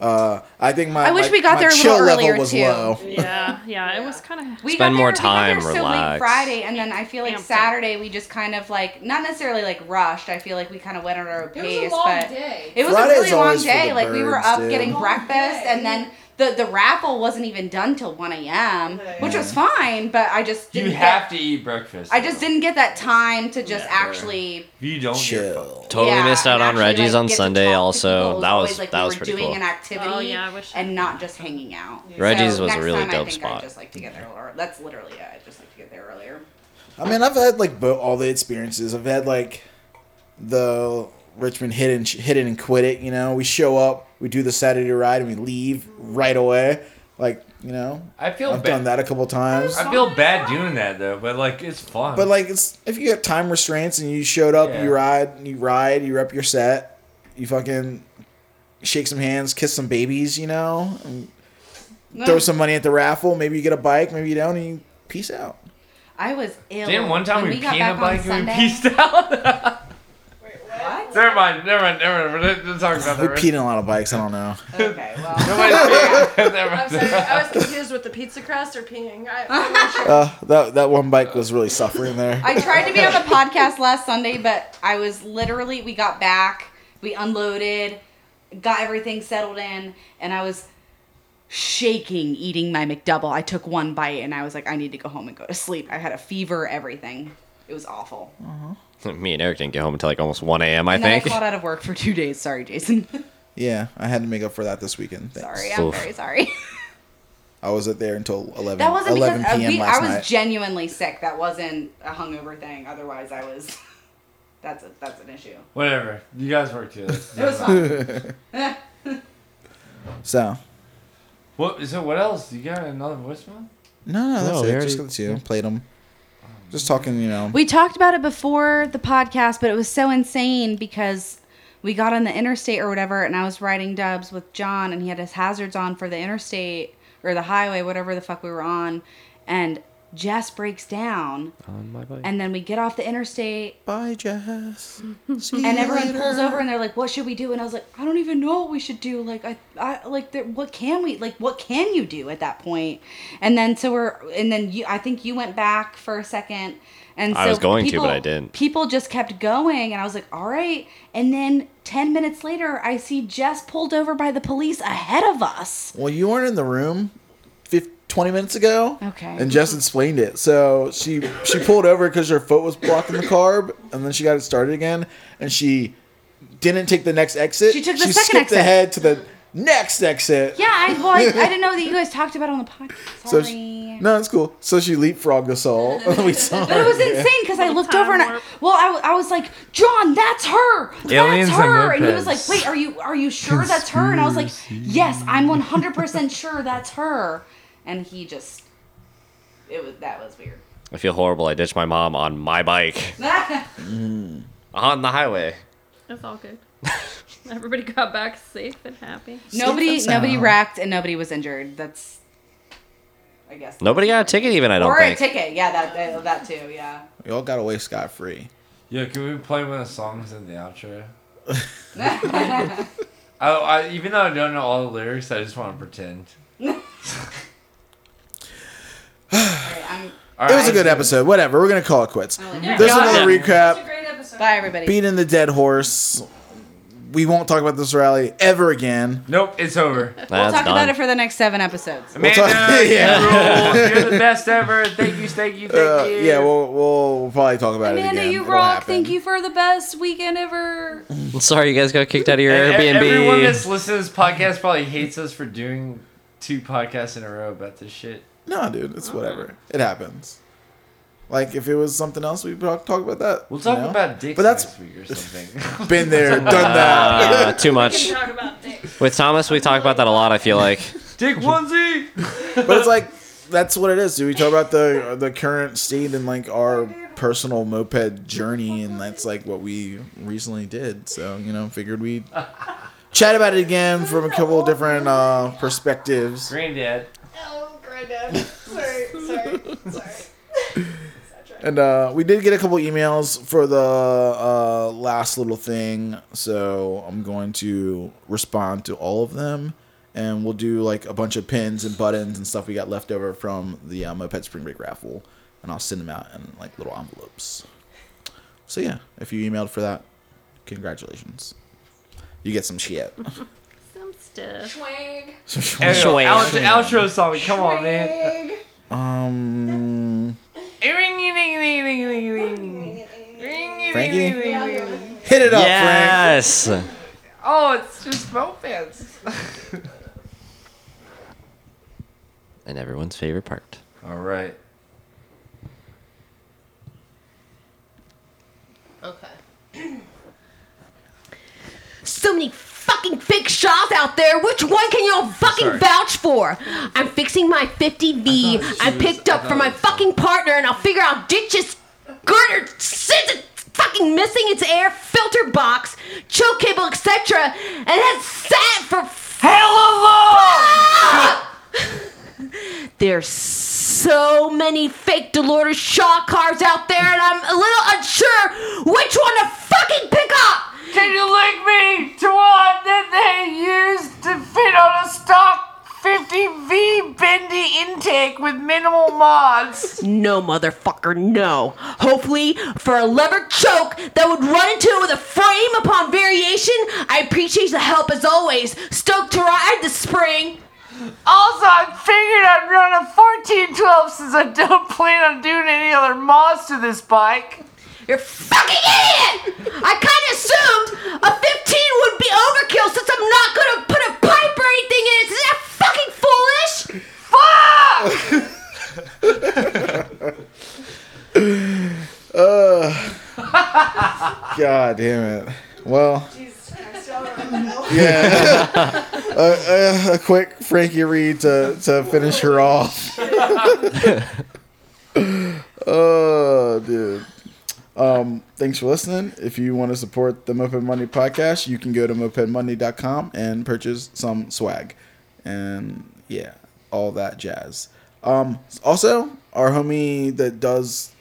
Uh, I think my
I wish
my-
we got
my
there a little
chill
earlier,
level was
too.
low.
Yeah, yeah, it was kind of.
we
Spend
got
more
there- we got there
time,
so
relax.
late Friday, and then I feel like
Amped up.
Saturday we just kind of like not necessarily like rushed. I feel like we kind of went at our own
It was a
pace,
long
but
day.
it was
Friday's
a really long
always for
day.
the
Like we were
birds,
up
dude.
getting
Long
breakfast, and then the the raffle wasn't even done till one a.m., which was fine. But I just
You
didn't
have
get,
to eat breakfast.
I just didn't get that time to just actually
If you don't, you're fucked.
Chill.
Totally
yeah,
missed out
and
on
actually,
Reggie's
like,
on
get to talk
Sunday.
to people. It
Also, that
always
was
like
that
we
was
were
pretty
doing
cool.
an activity
Oh, yeah, I wish-
and not just hanging out.
Reggie's
So
was a
next
really
time,
dope
I think
spot.
I just like to get there. Or, that's literally it. I just like to get there earlier.
I mean, I've had like bo- all the experiences. I've had like the Richmond hit and hit it and quit it. You know, we show up, we do the Saturday ride, and we leave right away. Like you know,
I feel
I've
bad.
done that a couple times.
I feel bad doing that though, but like it's fun.
But like, it's if you got time restraints and you showed up,
Yeah.
you ride, you ride, you rep your set, you fucking shake some hands, kiss some babies, you know, and throw some money at the raffle. Maybe you get a bike, maybe you don't, and you peace out.
I was ill.
Damn, one time
when
we,
got
peed
back
on a
on
bike and we
Sunday.
peaced out.
What?
never mind, never mind, never mind. We're not we're not talking about
We
that.
peed on a lot of bikes. I don't know.
Okay, well,
Nobody's peeing.
I'm
Never
sorry,
mind.
I was confused with the pizza crust or peeing. I, I'm not sure.
Uh, that that one bike was really suffering there.
I tried to be on the podcast last Sunday, but I was literally. We got back, we unloaded, got everything settled in, and I was shaking eating my McDouble. I took one bite and I was like, I need to go home and go to sleep. I had a fever, everything. It was awful.
Uh-huh. Me and Eric didn't get home until like almost 1 a.m. I
and then I
think.
called out of work for two days. Sorry, Jason.
Yeah, I had to make up for that this weekend. Thanks.
sorry, I'm
Oof.
very sorry.
I was at there until 11,
That wasn't
11
because uh,
p.m.
we, I
last
was
night.
genuinely sick. That wasn't a hungover thing. Otherwise, I was. That's a, that's an issue.
Whatever. You guys work too.
It was fun.
so
What? So what else? You got another voicemail?
no, no, that's
No, we
it.
already-
Just got the two. Played them. Just talking, you know.
we talked about it before the podcast, but it was so insane because we got on the interstate or whatever, and I was riding dubs with John, and he had his hazards on for the interstate or the highway, whatever the fuck we were on, and Jess breaks down,
On my bike.
and then we get off the interstate,
Bye, Jess.
and everyone pulls over and they're like what should we do and i was like i don't even know what we should do like i, I like there, what can we like what can you do at that point and then so we're and then you i think you went back for a second and so
I was going to, but I didn't.
people just kept going and i was like all right and then 10 minutes later i see jess pulled over by the police ahead of us
Well, you weren't in the room fif- 20 minutes ago.
Okay.
And Jess explained it. So she she pulled over because her foot was blocking the carb, and then she got it started again, and she didn't take the next exit.
She took the
she
second
skipped
exit.
ahead to the next exit.
yeah i well i, I didn't know that you guys talked about it on the podcast
So
sorry
she, no, it's cool. So she leapfrogged us all. we saw
But it was
her.
insane because I looked
time
over and I,
warp.
well, I, w- I was like, John, that's her, that's
Aliens and
her, and he was like,
mopeds.
wait, are you are you sure that's her? And I was like, yes, I'm 100 percent sure that's her. And he just, it was that was weird.
I feel horrible. I ditched my mom on my bike
Mm.
on the highway.
It's all good. Everybody got back safe and happy.
nobody
and
nobody
sound.
wrecked and nobody was injured. That's, I guess.
Nobody got a ticket even. I don't
or
think.
a ticket, yeah, that that, that too, yeah.
We all got away scot free.
Yeah, can we play one of the songs in the outro? I, I, even though I don't know all the lyrics, I just want to pretend.
Alright, I'm-
All
It was a
right.
good episode. Whatever. We're gonna call it quits.
I'm
There's
Yeah.
another
Yeah.
It's a
recap.
great episode.
bye everybody.
Beating the dead horse. we won't talk about this rally ever again.
Nope, it's over.
we'll talk about it for the next seven episodes.
Amanda,
yeah.
you are the best ever. Thank you, thank you, thank
Uh,
you.
yeah, we'll, we'll we'll probably talk about it
Amanda,
again.
you
It'll
rock.
happen.
Thank you for the best weekend ever.
I'm sorry you guys got kicked out of your
And e-
Airbnb.
Everyone that's listening to this podcast probably hates us for doing two podcasts in a row about this shit.
No, dude, it's whatever. It happens. Like if it was something else, we'd talk, talk about that.
We'll
you
talk
know?
about dicks
But that's
next week or something.
been there, done
Uh,
that.
too much. With Thomas, we talk about that a lot. I feel like.
Dick onesie.
but it's like that's what it is. dude. We talk about the the current state and like our personal moped journey, and that's like what we recently did. So you know, figured we would chat about it again from a couple of different uh, perspectives.
Granddad.
Oh, granddad. Sorry, sorry, sorry.
And uh, we did get a couple emails for the uh, last little thing, so I'm going to respond to all of them, and we'll do like a bunch of pins and buttons and stuff we got left over from the uh, Moped Spring Break raffle, and I'll send them out in like little envelopes. So yeah, if you emailed for that, congratulations. You get some shit.
Some stuff.
Twang.
There you go. Outro, outro song. Come on, man.
um, Frankie,
Frankie.
hit it up, Frank.
yes.
Oh, it's just mopeds.
And everyone's favorite part.
All right.
Okay. So many fucking big shots out there. Which one can y'all fucking
Sorry.
vouch for? I'm fixing my 50V. I,
was-
picked
I
up
thought
for
it
my
was-
fucking partner, and I'll figure out ditches, girder, sits it fucking missing its air filter box, choke cable, etc. And has sat for There's so many fake Delores Shaw cars out there, and I'm a little unsure which one to fucking pick up.
Can you link me to one that they used to fit on a stock 50V bendy intake with minimal mods?
No, motherfucker, no. Hopefully, for a lever choke that would run into it with a frame upon variation. I appreciate the help as always. Stoked to ride this spring.
Also, I figured I'd run a 1412 since I don't plan on doing any other mods to this bike.
You're a fucking idiot! I kind of assumed a 15 would be overkill since I'm not gonna put a pipe or anything in it. Is that fucking foolish?
Fuck!
Uh, God damn it. Well.
Jesus Christ, y'all are unreal.
Yeah. a, a, a quick Frankie Reed to, to finish her off. oh, dude. Um, thanks for listening. If you want to support the Moped Money podcast, you can go to mopedmoney.com and purchase some swag. And yeah, all that jazz. Um, also, our homie that does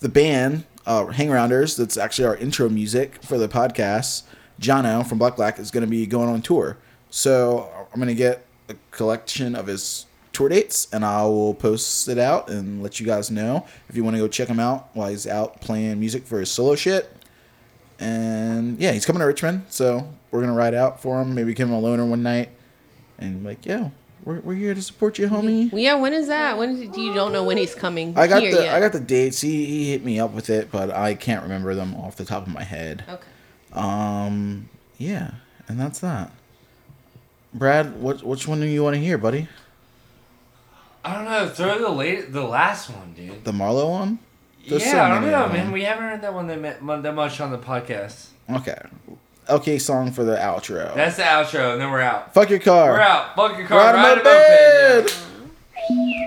the band uh, Hangarounders, that's actually our intro music for the podcast, Jono from Black Black is going to be going on tour. So I'm going to get a collection of his tour dates and I will post it out and let you guys know if you want to go check him out while he's out playing music for his solo shit. And yeah, he's coming to Richmond, so we're going to ride out for him. Maybe give him a loner one night and like, yo, we're, we're here to support you, homie.
Yeah, when is that? When is, you don't know when he's coming
I got the I got the dates. He he hit me up with it, but I can't remember them off the top of my head.
okay.
Um yeah, and that's that. Brad, what which one do you want to hear, buddy?
I don't know. Throw the late, the last one, dude.
The Marlowe one? There's so
yeah, I don't
many
know,
of
man.
them.
We haven't heard that one that, ma- that much on the podcast.
Okay. Okay, song for the outro.
That's the outro, and then we're out.
Fuck your car.
We're out. Fuck your car.
Ride
Ride
my
a moped.
bed.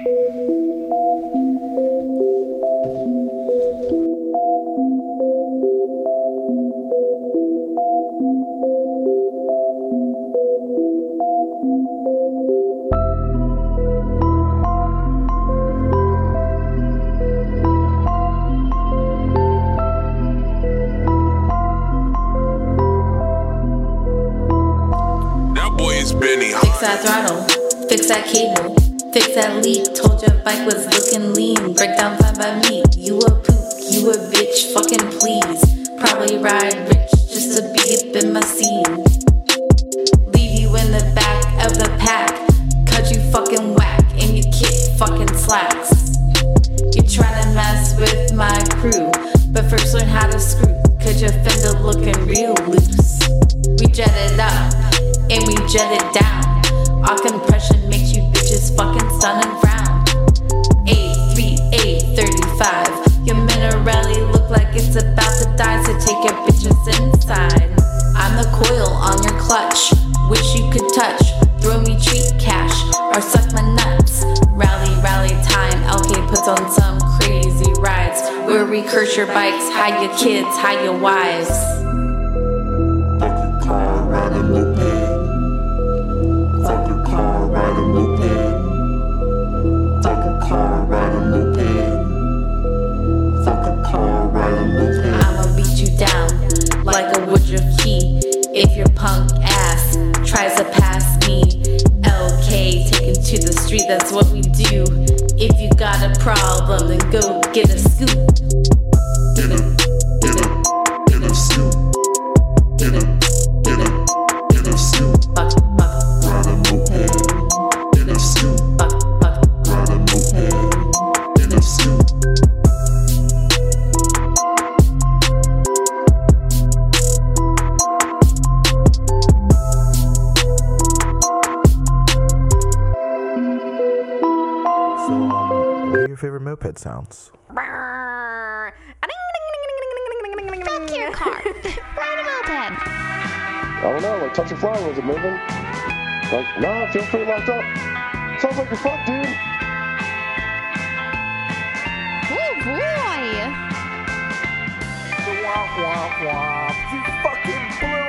That boy is Benny.
Fix that throttle, fix that cable, fix that leak. Told your bike was looking lean. Breakdown fly by me. You a poop, you a bitch, fucking please. Probably ride rich just to be up in my seat. relax. You tryna mess with my crew, but first learn how to screw. Cause your fender looking real loose. We jet it up and we jet it down. Our compression makes you bitches fucking stun and round. 83835. Your Minarelli look like it's about to die, so take your bitches inside. I'm the coil on your clutch. Wish you could touch. Throw me cheap cash or suck my nuts. Rally, rally time. LK puts on some crazy rides. Where we curse your bikes, hide your kids, hide your wives. I'ma beat you down like a Woodruff Key if your punk ass tries to pass me. LK, take him to the street, that's what we do. If you got a problem, then go get a scoop. Get a, get a, get a scoop. Get a, get a, get a scoop. Fuck, fuck. Ride a moped. Get a scoop. Fuck, fuck. Ride a moped. Get a scoop.
So, um, what are your favorite moped sounds?
Fuck your car. Ride a moped.
I don't know, like touching flowers and moving. Like, nah, feel pretty locked up. Sounds like you're fucked, dude.
Oh boy.
Womp womp womp. You fucking blew